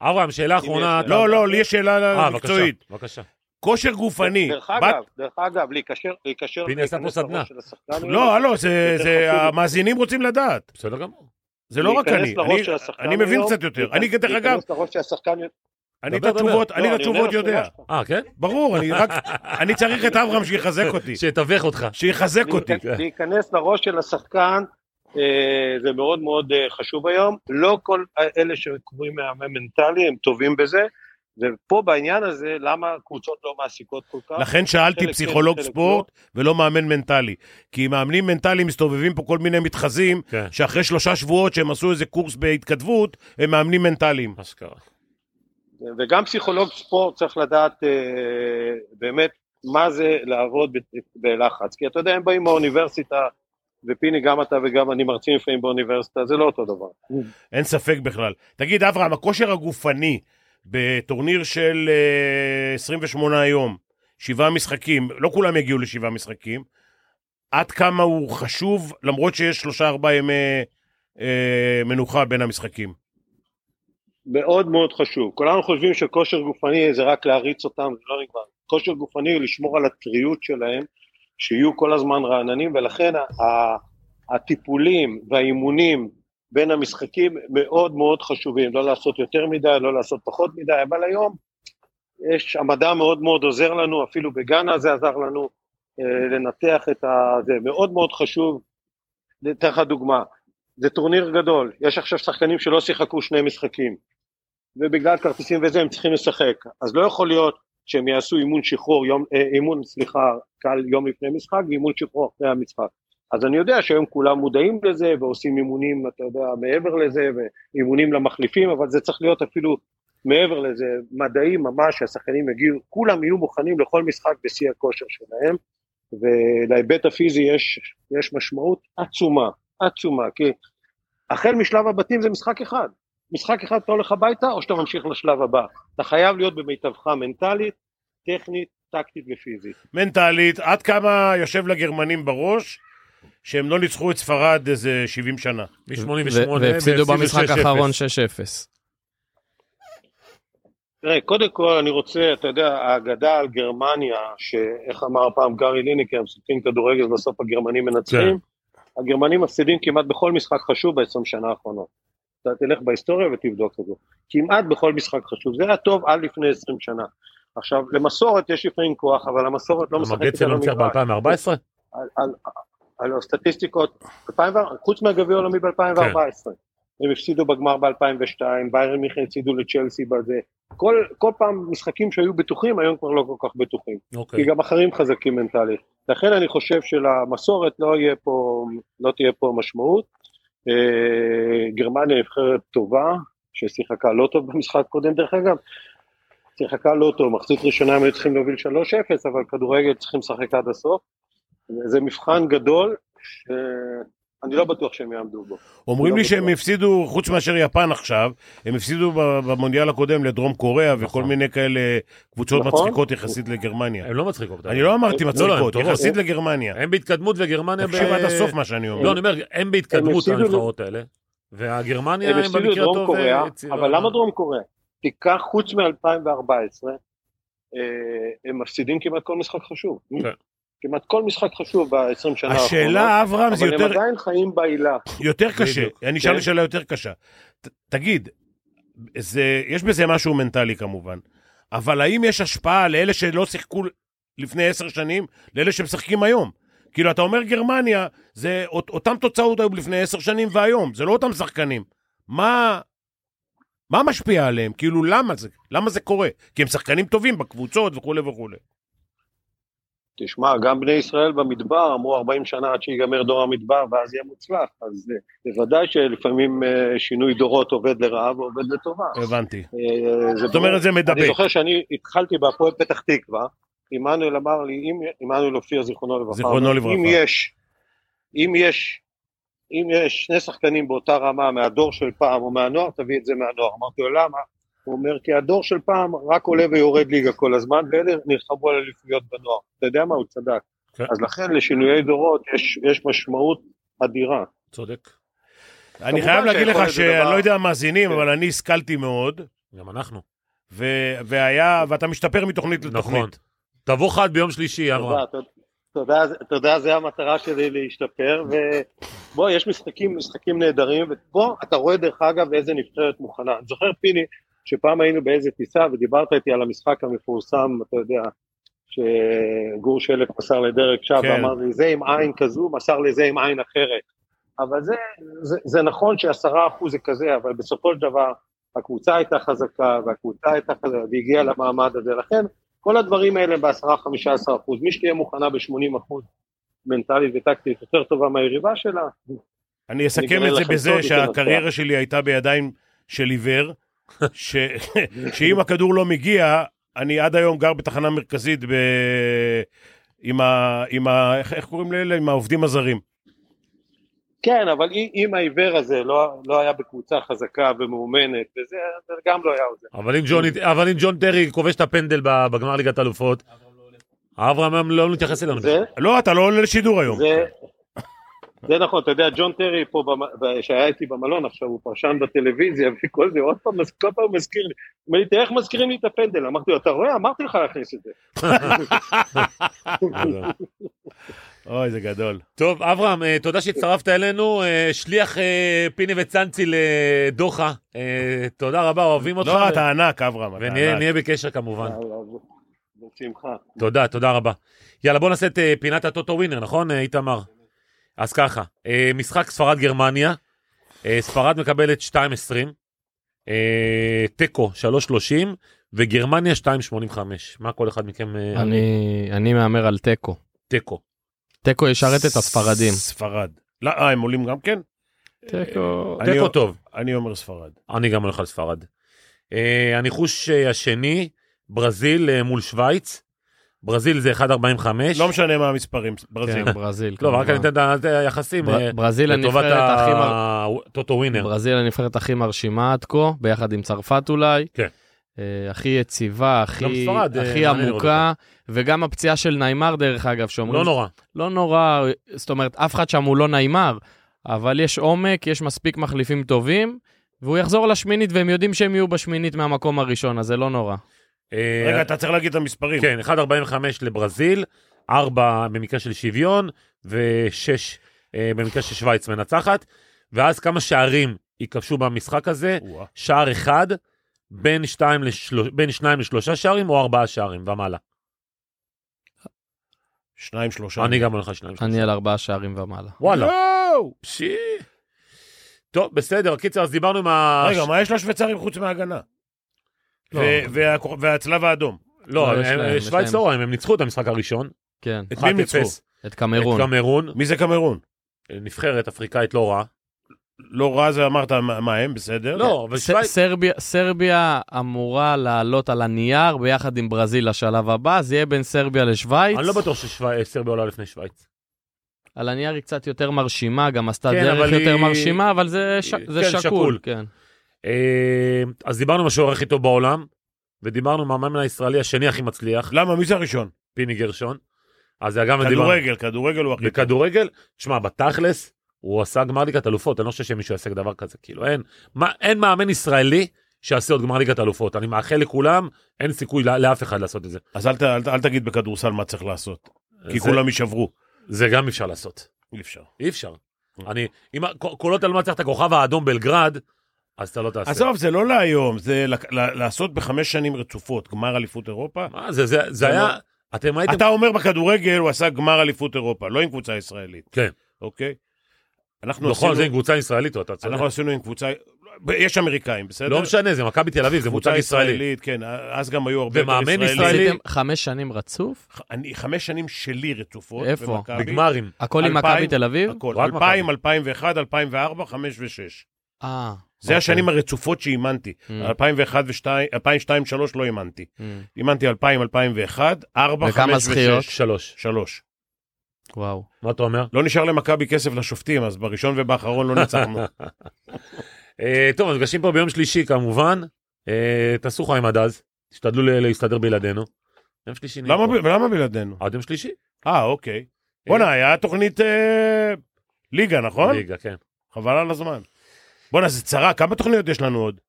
אברהם, שאלה אחרונה. אתה-
לא, לא, לי יש
אה,
שאלה
בבקשה,
מקצועית.
בבקשה.
כושר גופני.
דרך
בת-
אגב, דרך אגב, להיקשר, להיקשר.
הנה, עשה פה
להיכנס
סדנה.
לראש של השחקן
לא,
היום,
הלו, זה,
יותר
זה,
חשוב.
המאזינים רוצים לדעת.
בסדר גמור.
זה לא רק
להיכנס
אני.
לראש
אני-
של השחקן
אני מבין
היום,
קצת יותר.
להיכנס-
אני, דרך אגב,
להיכנס לראש של השחקן...
אני את
דבר, דבר.
התשובות,
לא,
אני את
עונה
התשובות
לשאלה
יודע.
שלך.
אה, כן?
ברור, אני רק, אני צריך את אברהם שיחזק אותי.
שיתווך אותך.
שיחזק אותי.
להיכנס- להיכנס לראש של השחקן, אה, זה מאוד מאוד אה, חשוב היום. לא כל אלה שקוראים מאמן מנטלי, הם טובים בזה. ופה בעניין הזה, למה קבוצות לא מעסיקות כל כך?
לכן שאלתי
חלק כן,
פסיכולוג
חלק לא.
ספורט ולא מאמן מנטלי. כי מאמנים מנטליים מסתובבים פה כל מיני מתחזים,
כן.
שאחרי שלושה שבועות שהם עשו איזה קורס בהתכתבות, הם מאמנים מנטליים.
מה שקרה.
וגם פסיכולוג ספורט צריך לדעת אה, באמת מה זה לעבוד ב- בלחץ. כי אתה יודע, הם באים מהאוניברסיטה, ופיני, גם אתה וגם אני מרצים לפעמים באוניברסיטה, זה לא אותו דבר.
אין ספק בכלל. תגיד, אברהם, הכושר הגופני בטורניר של אה, 28 יום, שבעה משחקים, לא כולם יגיעו לשבעה משחקים, עד כמה הוא חשוב, למרות שיש שלושה-ארבעה ימי אה, מנוחה בין המשחקים.
מאוד מאוד חשוב. כולנו חושבים שכושר גופני זה רק להריץ אותם, זה לא נגמר. כושר גופני הוא לשמור על הטריות שלהם, שיהיו כל הזמן רעננים, ולכן ה- ה- הטיפולים והאימונים בין המשחקים מאוד מאוד חשובים. לא לעשות יותר מדי, לא לעשות פחות מדי, אבל היום יש, המדע מאוד מאוד עוזר לנו, אפילו בגאנה זה עזר לנו אה, לנתח את ה... זה מאוד מאוד חשוב. אתן לך דוגמה, זה טורניר גדול, יש עכשיו שחקנים שלא שיחקו שני משחקים. ובגלל כרטיסים וזה הם צריכים לשחק. אז לא יכול להיות שהם יעשו אימון שחרור, יום, אה, אימון, סליחה, קל יום לפני משחק ואימון שחרור אחרי המשחק. אז אני יודע שהיום כולם מודעים לזה ועושים אימונים, אתה יודע, מעבר לזה, ואימונים למחליפים, אבל זה צריך להיות אפילו מעבר לזה, מדעי ממש, שהשחקנים יגיעו, כולם יהיו מוכנים לכל משחק בשיא הכושר שלהם, ולהיבט הפיזי יש, יש משמעות עצומה, עצומה, כי החל משלב הבתים זה משחק אחד. משחק אחד אתה הולך הביתה או שאתה ממשיך לשלב הבא. אתה חייב להיות במיטבך מנטלית, טכנית, טקטית ופיזית.
מנטלית, עד כמה יושב לגרמנים בראש שהם לא ניצחו את ספרד איזה 70 שנה.
מ-88.
ו- והפסידו
והפסידו
במשחק
6-0.
האחרון 6-0.
תראה, קודם כל אני רוצה, אתה יודע, האגדה על גרמניה, שאיך אמר פעם גארי ליניקר, הם משחקים כדורגל ובסוף הגרמנים מנצחים, הגרמנים מפסידים כמעט בכל משחק חשוב ב-20 שנה האחרונות. אתה תלך בהיסטוריה ותבדוק את זה. כמעט בכל משחק חשוב. זה היה טוב עד לפני 20 שנה. עכשיו, למסורת יש לפעמים כוח, אבל המסורת לא משחקת
המגציה
על
לא ניצח
המגרש.
ב-2014?
על, על, על הסטטיסטיקות, 2004, חוץ מהגביע העולמי ב-2014, הם הפסידו בגמר ב-2002, ביירן מיכן הפסידו לצ'לסי בזה, כל, כל פעם משחקים שהיו בטוחים היום כבר לא כל כך בטוחים,
אוקיי.
כי גם אחרים חזקים מנטלית, לכן אני חושב שלמסורת לא, יהיה פה, לא תהיה פה משמעות, אה, גרמניה נבחרת טובה, ששיחקה לא טוב במשחק קודם דרך אגב, שיחקה לא טוב, מחצית ראשונה הם היו צריכים להוביל 3-0, אבל כדורגל צריכים לשחק עד הסוף. זה מבחן גדול, שאני לא בטוח שהם יעמדו בו.
אומרים לי
לא
שהם
בטוח.
הפסידו, חוץ מאשר יפן עכשיו, הם הפסידו ב- במונדיאל הקודם לדרום קוריאה וכל
נכון.
מיני כאלה קבוצות
נכון.
מצחיקות יחסית לגרמניה.
הם לא מצחיקות.
כן. אני לא אמרתי
לא,
לא,
הם
מצחיקות,
טובות.
יחסית לגרמניה.
הם בהתקדמות וגרמניה...
תקשיב
ב-
עד הסוף מה שאני אומר.
לא, אני אומר, הם בהתקדמות
הפסידו-
הנבחרות האלה. והגרמניה
הם
הם
הפסידו את
במקרה
דרום
הטוב...
קוריאה,
אה, יציבה.
אבל למה דרום קוריאה? תיקח חוץ מ-2014, אה, הם מפסידים כמעט כל משחק חשוב.
כן.
כמעט כל משחק חשוב ב-20 שנה האחרונות.
השאלה, אברהם, זה
אבל הם
יותר
עדיין חיים בעילה.
יותר קשה.
בדיוק.
אני אשאל
כן.
שאלה יותר קשה. ת- תגיד, זה- יש בזה משהו מנטלי כמובן, אבל האם יש השפעה לאלה שלא שיחקו לפני עשר שנים, לאלה שמשחקים היום? כאילו, אתה אומר גרמניה, זה אות- אותם תוצאות היו לפני עשר שנים והיום, זה לא אותם שחקנים. מה... מה משפיע עליהם? כאילו, למה זה, למה זה קורה? כי הם שחקנים טובים בקבוצות וכולי וכולי.
תשמע, גם בני ישראל במדבר אמרו 40 שנה עד שיגמר דור המדבר ואז יהיה מוצלח, אז אה, בוודאי שלפעמים אה, שינוי דורות עובד לרעה ועובד לטובה.
הבנתי.
אה, זה
זאת אומרת, זה
ברור. אני
מדבק.
זוכר שאני התחלתי בהפועל פתח תקווה, עמנואל אמר לי, אם- עמנואל אופיר זיכרונו לברכה,
זיכרונו לברכה.
אם יש, אם יש, אם יש שני שחקנים באותה רמה מהדור של פעם או מהנוער, תביא את זה מהנוער. אמרתי לו, למה? הוא אומר, כי הדור של פעם רק עולה ויורד ליגה כל הזמן, ואלה נלחמו על אליפויות בנוער. אתה יודע מה? הוא צדק.
כן.
אז לכן לשינויי דורות יש, יש משמעות אדירה.
צודק.
אני
כמובן
חייב להגיד לך
שהיכולת זה
שאני
דבר-
לא יודע המאזינים,
כן.
אבל אני השכלתי מאוד,
גם אנחנו.
ו- והיה, ואתה משתפר מתוכנית
נכון.
לתוכנית.
תבוא חד ביום שלישי, אברהם.
תודה, תודה, תודה, זה המטרה שלי להשתפר, ובוא, יש משחקים, משחקים נהדרים, ופה אתה רואה דרך אגב איזה נבחרת מוכנה. אני זוכר, פיני, שפעם היינו באיזה טיסה ודיברת איתי על המשחק המפורסם, אתה יודע, שגור שלף מסר לדרק שם,
כן.
כן. ואמר לי, זה עם עין כזו, מסר לזה עם עין אחרת. אבל זה, זה, זה נכון שעשרה אחוז זה כזה, אבל בסופו של דבר הקבוצה הייתה חזקה, והקבוצה הייתה חזקה, והגיעה למעמד הזה. לכן, כל הדברים האלה ב-10-15 אחוז. מי שתהיה מוכנה ב-80 אחוז מנטלית וטקטית יותר טובה מהיריבה שלה,
אני אסכם
אגלה
את זה
לכם
בזה
סוד, יותר
שהקריירה שלי הייתה בידיים של
[laughs]
עיוור, ש- שאם הכדור לא מגיע, אני עד היום גר בתחנה מרכזית ב... עם ה... עם ה... איך- איך קוראים לאלה? עם העובדים הזרים.
כן, אבל אם- אם העיוור הזה לא, לא היה בקבוצה חזקה ומאומנת, וזה זה גם לא היה עוזר.
אבל אם ג'ון, אבל אם ג'ון טרי כובש את הפנדל ב- בגמר ליגת אלופות, אברהם לא מתייחס אלינו.
זה,
לא, אתה לא עולה לשידור היום.
זה, זה נכון, אתה יודע, ג'ון טרי פה, במ- ב- שהיה איתי במלון עכשיו, הוא פרשן בטלוויזיה וכל זה, עוד פעם, מז- כל פעם הוא מזכיר לי, הוא אומר לי, תראה איך מזכירים לי את הפנדל, אמרתי לו, אתה רואה, אמרתי לך להכניס את זה.
אה, לא. אוי, זה גדול.
טוב, אברהם, אה, תודה שהצטרפת אלינו. אה, שליח אה, פיני וצאנצי לדוחה. אה, תודה רבה, אוהבים אותך.
לא, אתה ענק, אברהם, אתה
ונהיה
ענק.
נהיה בקשר כמובן.
בשמחה.
תודה, תודה רבה. יאללה, בוא נעשה את אה, פינת הטוטו ווינר, נכון, אה, איתמר? אז ככה, אה, משחק ספרד-גרמניה, אה, ספרד מקבלת 2.20, אה, תיקו 3.30 וגרמניה 2.85. מה כל אחד מכם אה, על
אני- אני מהמר על תיקו.
תיקו?
תיקו ישרת את הספרדים.
ספרד. לא, אה, הם עולים גם כן?
תיקו.
אני-
תיקו טוב,
אני אומר ספרד.
אני גם הולך על ספרד. אה, הניחוש אה, השני, ברזיל אה, מול שווייץ, ברזיל זה 1.45.
לא משנה מה המספרים, ברזיל.
כן, ברזיל.
לא, אבל רק אני
כמובן.
אתן את ה- את היחסים אה,
בר- ברזיל
לטובת
הנבחרת הכי מר-
הטוטו ווינר. לא
ברזיל הנבחרת הכי מרשימה עד כה, ביחד עם צרפת אולי.
כן.
אה, הכי יציבה, הכי,
ספרד, אה,
הכי
מעניין לראות
עמוקה, וגם הפציעה של נעימר דרך אגב, שאומרים,
לא נורא.
לא נורא, זאת אומרת, אף אחד שם הוא לא נעימר, אבל יש עומק, יש מספיק מחליפים טובים, והוא יחזור לשמינית, והם יודעים שהם יהיו בשמינית מהמקום הראשון, אז זה לא נורא.
אה,
רגע, אתה צריך להגיד את המספרים.
כן, 1.45 לברזיל, 4 במקרה של שוויון, ו-6 במקרה ששווייץ מנצחת, ואז כמה שערים ייכבשו במשחק הזה,
וואה.
שער אחד, בין 2 ל-3 שערים או 4 שערים ומעלה.
שניים, שלושה.
אני גם הולך על 2
אני על ארבעה שערים ומעלה.
וואלה.
יואו!
פשי. טוב, בסדר, קיצר, אז דיברנו עם ה...
רגע, מה יש לשוויצרים חוץ מההגנה?
לא.
ו- והכוח- והצלב האדום.
לא,
לא, יש
הם-
להם, יש
שווייץ
להם.
לא רואים, הם ניצחו את המשחק הראשון.
כן,
את מי הם
1-0,
ניצחו?
את
את
קמרון.
קמרון,
מי זה קמרון?
כן.
נבחרת אפריקאית לא רעה.
לא רע זה אמרת מה מה הם, בסדר?
לא, אבל
ס-
שווייץ...
סרביה, סרביה אמורה לעלות על הנייר ביחד עם ברזיל לשלב הבא, זה יהיה בין סרביה לשוויץ.
אני לא בטוח שסרביה עולה לפני שווייץ.
על הנייר היא קצת יותר מרשימה, גם עשתה
כן,
דרך
אבל
יותר
היא-
מרשימה, אבל זה, ש...
היא-
זה
כן,
שקול.
שקול.
כן.
אה, אז דיברנו עם השוער הכי טוב בעולם, ודיברנו עם המאמן הישראלי השני הכי מצליח,
למה? מי זה הראשון?
פיני גרשון. אז זה גם דיברנו.
כדורגל, כדורגל הוא הכי טוב.
בכדורגל, שמע, בתכלס, הוא עשה גמר ליגת אלופות, אני לא חושב שמישהו יעשה דבר כזה, כאילו אין, מה, אין מאמן ישראלי שיעשה עוד גמר ליגת אלופות, אני מאחל לכולם, אין סיכוי לא- לאף אחד לעשות את זה.
אז אל ת- אל ת- אל תגיד בכדורסל מה צריך לעשות, כי
זה-
כולם יישברו.
זה גם אפשר לעשות,
אי אפשר.
אי אפשר. אני, אם, כל עוד אתה לא מצליח את הכוכב האדום בלגרד, אז אתה לא תעשה.
עזוב, זה לא להיום, זה לק- ל- לעשות בחמש שנים רצופות גמר אליפות אירופה.
מה זה, זה, זה
זה
היה,
לא-
אתם הייתם...
אתה אומר בכדורגל, הוא עשה גמר אליפות אירופה, לא עם קבוצה ישראלית,
כן.
אוקיי? אנחנו
נכון, זה עם
עשינו-
קבוצה ישראלית, אתה צודק.
לא, כאילו- אנחנו עשינו עם קבוצה... יש אמריקאים, בסדר?
לא משנה, זה מכבי תל אביב, זה מותג
קבוצה
ישראלי.
ישראלית, כן, אז גם היו הרבה
ומאמן
יותר ישראלים.
ישראלי.
עשיתם חמש שנים רצוף?
ח- אני חמש שנים שלי רצופות.
איפה?
במכבי.
בגמרים.
הכל עם
אלפיים.
מכבי תל אביב?
הכל.
רק
2000, 2001, 2004, 5 ו-6.
אה.
אוקיי.
זה השנים הרצופות שאימנתי.
Mm.
אה,
2001 ו-2002, 2002, 3 לא אימנתי.
Mm.
אימנתי 2000, 2001, 4, 5 ו-6.
וכמה זכיות?
שלוש.
3.
וואו.
מה אתה אומר?
לא נשאר למכבי כסף לשופטים, אז בראשון ובאחרון לא
[laughs]
ניצחנו.
אה, טוב, אז נפגשים פה ביום שלישי כמובן. אה, תעשו חיים עד אז, תשתדלו ל- להסתדר בלעדינו. יום שלישי נהיה
למה
פה.
ב- למה בלעדינו?
עד יום שלישי.
אה, אוקיי. בואנה, היה תוכנית אה, ליגה, נכון?
ליגה, כן.
חבל על הזמן. בואנה, זה צרה, כמה תוכניות יש לנו עוד?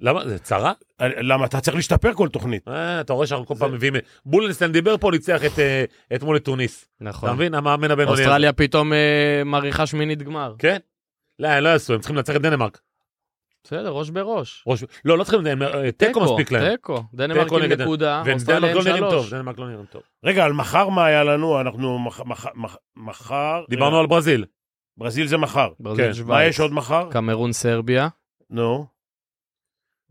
למה? זה צרה?
אה, למה, אתה צריך להשתפר כל תוכנית.
אה, אתה רואה שאנחנו כל פעם מביאים... בולנסטיין דיבר פה, ניצח את, אה, אתמול את טוניס. אתה
נכון.
מבין? המאמן הבינוני. הזה.
אוסטרליה פתאום אה, מעריכה שמינית גמר.
כן? לא, הם לא יעשו, הם צריכים לנצח את דנמרק.
בסדר, ראש בראש.
ראש- לא, לא צריכים, הם- אה, תיקו מספיק להם.
תיקו. דנמרק עם
נגד-
נקודה, אוסטרליה
ודנמרק
עם
לא נראים טוב,
שלוש.
דנמרק לא נראים טוב.
רגע, על מחר מה היה לנו? אנחנו מח- מח- מח- מחר... אה,
דיברנו על ברזיל.
ברזיל זה מחר.
ברזיל,
כן.
שווייץ.
מה יש עוד מחר?
קמרון סרביה.
נו,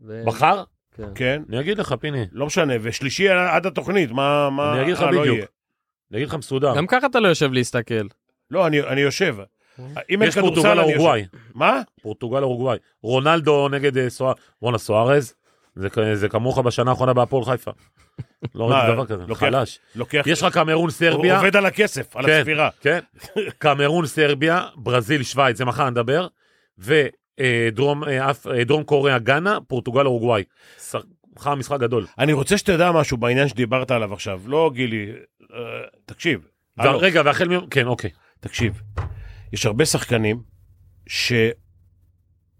ו-
מחר?
כן.
כן.
אני אגיד לך, פיני.
לא משנה, ושלישי עד התוכנית, מה... מה-
אני אגיד לך
אה, לא
בדיוק.
יהיה.
אני אגיד לך מסודר.
גם ככה אתה לא יושב להסתכל.
לא, אני אני יושב. אם אין
יש פורטוגל
כדורסל, אני יושב.
אורוגוואי.
מה?
פורטוגל אורוגוואי. רונלדו נגד סוארז. בואנה סוארז, זה כ- זה כמוך בשנה האחרונה בהפועל
[laughs]
חיפה. לא
מה,
ראיתי דבר כזה,
לוקח-
חלש.
לוקח...
יש לך קמרון
הוא
סרביה,
עובד על הכסף, על
כן.
הספירה. [laughs]
כן, קמרון סרביה, ברזיל שווייץ, זה מחר נדבר, אה, ודרום קוריאה גאנה, פורטוגל אורוגוואי. ש- מחר משחק גדול.
אני רוצה שתדע משהו בעניין שדיברת עליו עכשיו. לא, גילי, אה, תקשיב. הלו.
רגע, והחל מ... כן, אוקיי.
תקשיב, יש הרבה שחקנים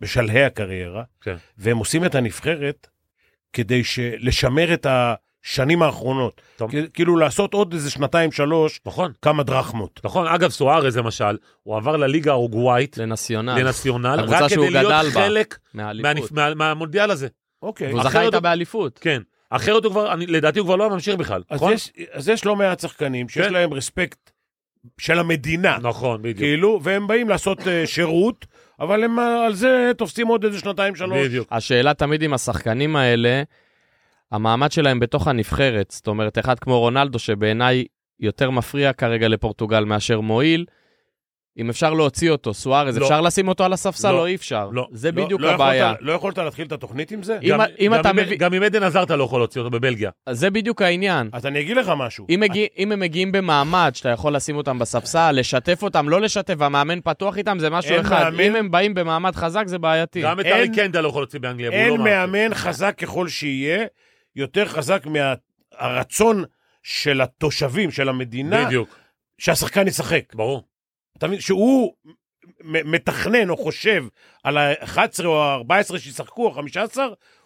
שבשלהי הקריירה,
כן.
והם עושים את הנבחרת כדי ש- לשמר את השנים האחרונות.
טוב.
כ- כאילו לעשות עוד איזה שנתיים, שלוש,
נכון,
כמה דרחמות.
נכון. אגב, סוארז למשל, הוא עבר לליגה האורוגוואית,
אה.
לנסיונל.
לנציונל,
הקבוצה
רק
שהוא
כדי להיות
גדל בה.
חלק
מהאליפות.
מהנפ- מה- מהמונדיאל הזה.
אוקיי.
והוא
אחרת
זכה איתה
הוא-
באליפות.
כן. אחרת הוא כבר, אני- לדעתי הוא כבר לא היה ממשיך בכלל.
אז
נכון?
יש, אז יש לא מעט שחקנים שיש
כן.
להם רספקט של המדינה,
נכון, בדיוק.
כאילו, והם באים לעשות אה, שירות, אבל הם אה, על זה תופסים עוד איזה שנתיים, שלוש.
בדיוק.
השאלה תמיד עם השחקנים האלה, המעמד שלהם בתוך הנבחרת. זאת אומרת, אחד כמו רונלדו, שבעיניי יותר מפריע כרגע לפורטוגל מאשר מועיל, אם אפשר להוציא אותו, סוארז,
לא.
אפשר לשים אותו על הספסל?
לא.
לא, אי אפשר.
לא.
זה
לא-
בדיוק
לא יכולת-
הבעיה.
לא יכולת להתחיל את התוכנית עם זה?
אם-
גם-
אם
גם
אתה
עם-
מביא-
גם עם עדן עזר אתה לא יכול להוציא אותו בבלגיה.
זה בדיוק העניין.
אז אני אגיד לך משהו.
אם, מגיע, אם הם מגיעים במעמד שאתה יכול לשים אותם בספסל, לשתף אותם, לא לשתף, והמאמן פתוח איתם, זה משהו
אין
אחד.
מאמן-
אם הם באים במעמד חזק, זה בעייתי.
גם את
אין-
ארי קנדה לא יכול להוציא באנגליה. והוא
אין
לא מאמן.
מאמן חזק ככל שיהיה, יותר חזק מהרצון של התושבים, של המדינה,
בדיוק,
שהשחקן ישחק.
ברור.
אתה מבין? שהוא מ- מתכנן או חושב על ה-11 או ה-14 שישחקו, או ה-15,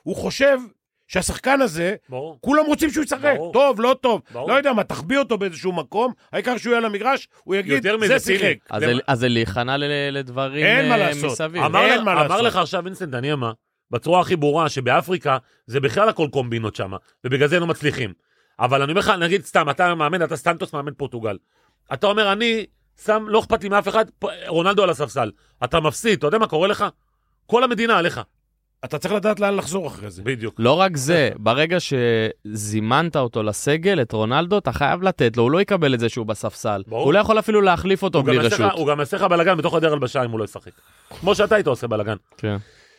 הוא חושב שהשחקן הזה,
ברור.
כולם רוצים שהוא ישחק.
ברור.
טוב, לא טוב,
ברור.
לא יודע מה, תחביא אותו באיזשהו מקום, העיקר שהוא יהיה על המגרש, הוא יגיד,
יותר מזה
זה שיחק.
סיני.
אז
למה-
אל- אז להיכנע ל- לדברים
אין מה
אה,
לעשות.
מסביב.
אמר,
אין מה
אמר
לעשות.
לך עכשיו וינסנט דניאמה, בצורה הכי ברורה, שבאפריקה זה בכלל הכל קומבינות שם, ובגלל זה לא מצליחים. אבל אני אומר לך, נגיד סתם, אתה מאמן, אתה סטנטוס מאמן פורטוגל. אתה אומר, אני שם, לא אכפת לי מאף אחד, פ- רונלדו על הספסל. אתה מפסיד, אתה יודע מה קורה לך? כל המדינה עליך.
אתה צריך לדעת לאן לחזור אחרי זה.
בדיוק.
לא רק זה, ברגע שזימנת אותו לסגל, את רונלדו, אתה חייב לתת לו, הוא לא יקבל את זה שהוא בספסל.
ברור.
הוא לא יכול אפילו להחליף אותו
הוא גם
בלי
יעשה לך-
רשות.
הוא גם יעשה לך בלאגן בתוך חדר הלבשה אם הוא לא ישחק. כמו שאתה היית עושה בלאגן.
כן.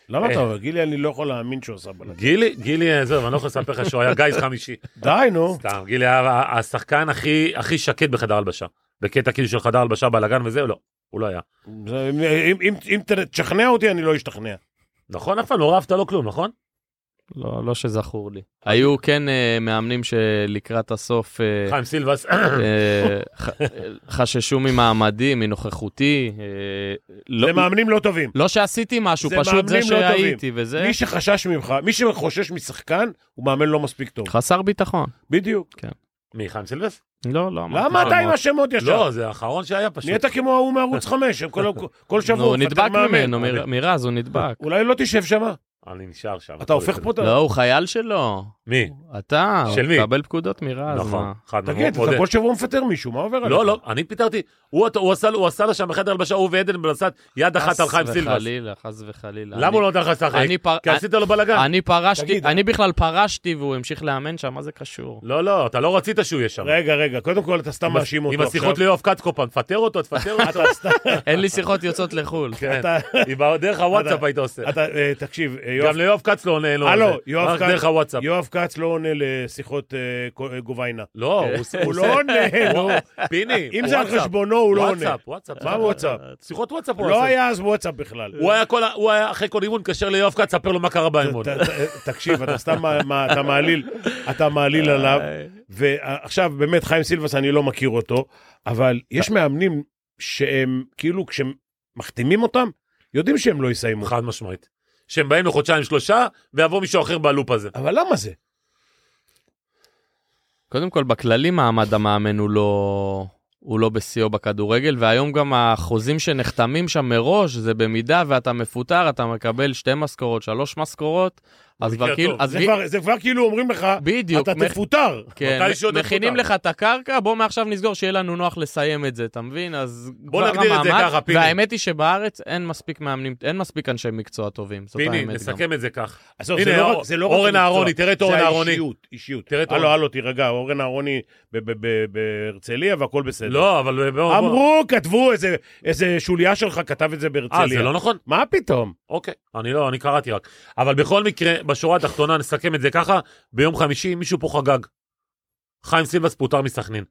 למה
אה.
אתה אומר, גילי, אני לא יכול להאמין שהוא עשה בלאגן.
גילי, גילי, אה, זהו, אני לא יכול לספר לך שהוא היה גיס [laughs] חמישי.
די, נו.
סתם, גילי היה השחקן הכי, הכי שקט בחדר הלבשה. בקטע כאילו של חדר הלבשה, בלאגן וזה, לא. הוא לא היה.
זה- אם- אם- אם ת- תשכנע אותי, אני לא אשתכנע.
נכון, אף פעם לא רבת לו כלום, נכון?
לא, לא שזכור לי. היו כן אה, מאמנים שלקראת הסוף אה,
חיים סילבס.
אה, ח- אה, חששו ממעמדי, מנוכחותי. אה, לא-
זה מאמנים לא טובים.
לא שעשיתי משהו,
זה
פשוט זה
מאמנים לא טובים.
שהייתי וזה.
מי שחשש ממך, מי שחושש משחקן, הוא מאמן לא מספיק טוב.
חסר ביטחון.
בדיוק.
[coughs] מי, חיים סילבס?
לא, לא אמרתי.
למה אתה עם השמות ישר?
לא, זה האחרון שהיה פשוט.
נהיית כמו ההוא
[laughs]
מערוץ 5, הם כל- כל שבוע.
הוא
מפטר
נדבק
מאמן.
ממנו, מיר- מירז, הוא נדבק.
אולי לא תשב שם.
אני נשאר שם. לא,
אתה הופך פה את ה...
לא, הוא חייל שלו.
מי?
אתה,
של מי?
הוא מקבל פקודות מרז.
נכון,
מה?
חד משמעית.
תגיד, אתה
מודה.
כל שבוע מפטר מישהו, מה עובר עליך?
לא, לא, אני פיטרתי. הוא הוא עשה לו- הוא עשה לו שם בחדר הלבשה, הוא ועדן בנסעת יד אחת על חיים
חס
סילבס.
וחלילה, חס וחלילה.
למה
אני-
הוא לא נותן לך לשחק?
אני פר-
כי עשית אה. לו בלאגן.
אני פרשתי,
תגיד.
אני בכלל פרשתי והוא המשיך לאמן שם, מה זה קשור?
לא, לא, אתה לא רצית שהוא יהיה שם.
רגע, רגע, קודם כל אתה סתם
עם-
מאשים אותו
עם השיחות לא-
עכשיו.
ליואב קטקו פעם, תפטר אותו, תפטר
[laughs]
אותו.
אין לי שיחות יוצאות לחו"ל.
לא. כן.
אתה-
עם ה- דרך הוואטסאפ
אתה-
היית עושה.
[laughs] אתה, אה, תקשיב, אה, יואב
כן. גם ליואב כץ לא עונה לו. על
הלו,
זה.
יואב
רק
כץ-
דרך הוואטסאפ.
יואב כץ לא עונה לשיחות אה, ק- אה, גוביינה.
לא, הוא עושה-
הוא לא עונה, נו.
[laughs] הוא- פיני,
אם זה על
וואטסאפ.
חשבונו, הוא לא עונה.
וואטסאפ, וואטסאפ.
מה וואטסאפ?
שיחות וואטסאפ הוא
לא
עושה.
היה אז וואטסאפ בכלל.
הוא היה כל ה- הוא היה אחרי כל אימון מתקשר ליואב כץ, ספר לו מה קרה באימון.
ת- ת- תקשיב, אתה סתם, מה- מה- אתה מעליל, אתה מעליל עליו, ועכשיו באמת חיים סילבס, אני לא מכיר אותו, אבל יש
לא.
מאמנים שהם, כאילו כשמחתימים אותם, יודעים שהם לא יסיימו.
חד משמעית. שהם באים לחודשיים שלושה, ויבוא מישהו אחר בלופ הזה.
אבל למה זה?
קודם כל, בכללי מעמד המאמן הוא לא, הוא לא בשיאו בכדורגל, והיום גם החוזים שנחתמים שם מראש, זה במידה ואתה מפוטר, אתה מקבל שתי משכורות, שלוש משכורות, אז
במקרה
כבר כאילו...
הטוב.
אז
זה
מי-
כבר- זה כבר כאילו אומרים לך,
בדיוק,
אתה
מח-
תפוטר.
כן,
מתישהו אתה
מכינים
מפוטר.
לך את הקרקע, בוא מעכשיו נסגור שיהיה לנו נוח לסיים את זה, אתה מבין? אז
בוא
כבר
נגדיר את זה
המעמד-
ככה, פיני.
והאמת היא שבארץ אין מספיק מאמנים, אין מספיק אנשי מקצוע טובים, זאת
פיני,
האמת גם.
נסכם את זה כך.
עזוב,
הנה,
זה לא
אור-
רק- זה לא רק
אורן
המקצוע,
אהרוני, תראה את אורן אהרוני.
זה האישיות, אישיות.
תראה את
הלו,
אורן.
הלו, תירגע, אורן אהרוני ב- ב- ב- בהרצליה והכל בסדר.
לא, אבל... בוא- בוא.
אמרו, כתבו, איזה- איזה שוליה שלך כתב את זה
אה,
בהרצליה.
זה לא נכון?
מה פתאום?
אוקיי, אני לא, אני קראתי רק. אבל בכל מקרה, בשורה התחתונה נסכם את זה ככה, ביום חמישי מישהו פה חגג. חיים סילבס פוטר מסכנין.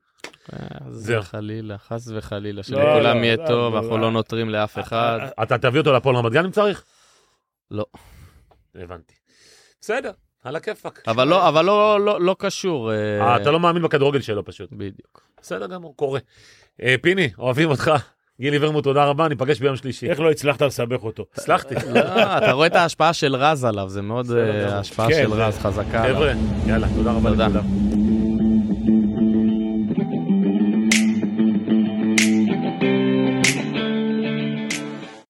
חס
זהו.
וחלילה, חס וחלילה,
לא,
שלכולם יהיה
לא,
טוב,
לא,
אנחנו
לא.
לא נותרים לאף
אה,
אחד.
אתה תביא אותו לפועל רמת גן אם צריך?
לא.
הבנתי. בסדר, על הכיפאק.
אבל לא, אבל לא, לא, לא קשור.
אה, אתה לא מאמין בכדורגל שלו פשוט.
בדיוק.
בסדר גמור, קורה. אה, פיני, אוהבים אותך. גילי ורמוט, תודה רבה, ניפגש ביום שלישי.
איך לא הצלחת לסבך אותו?
הצלחתי.
לא, אתה רואה את ההשפעה של רז עליו, זה מאוד
בסדר
אה,
גמור.
ההשפעה
כן,
של
זה-
רז חזקה. עליו.
חבר'ה, יאללה, תודה רבה
תודה.
לכולם.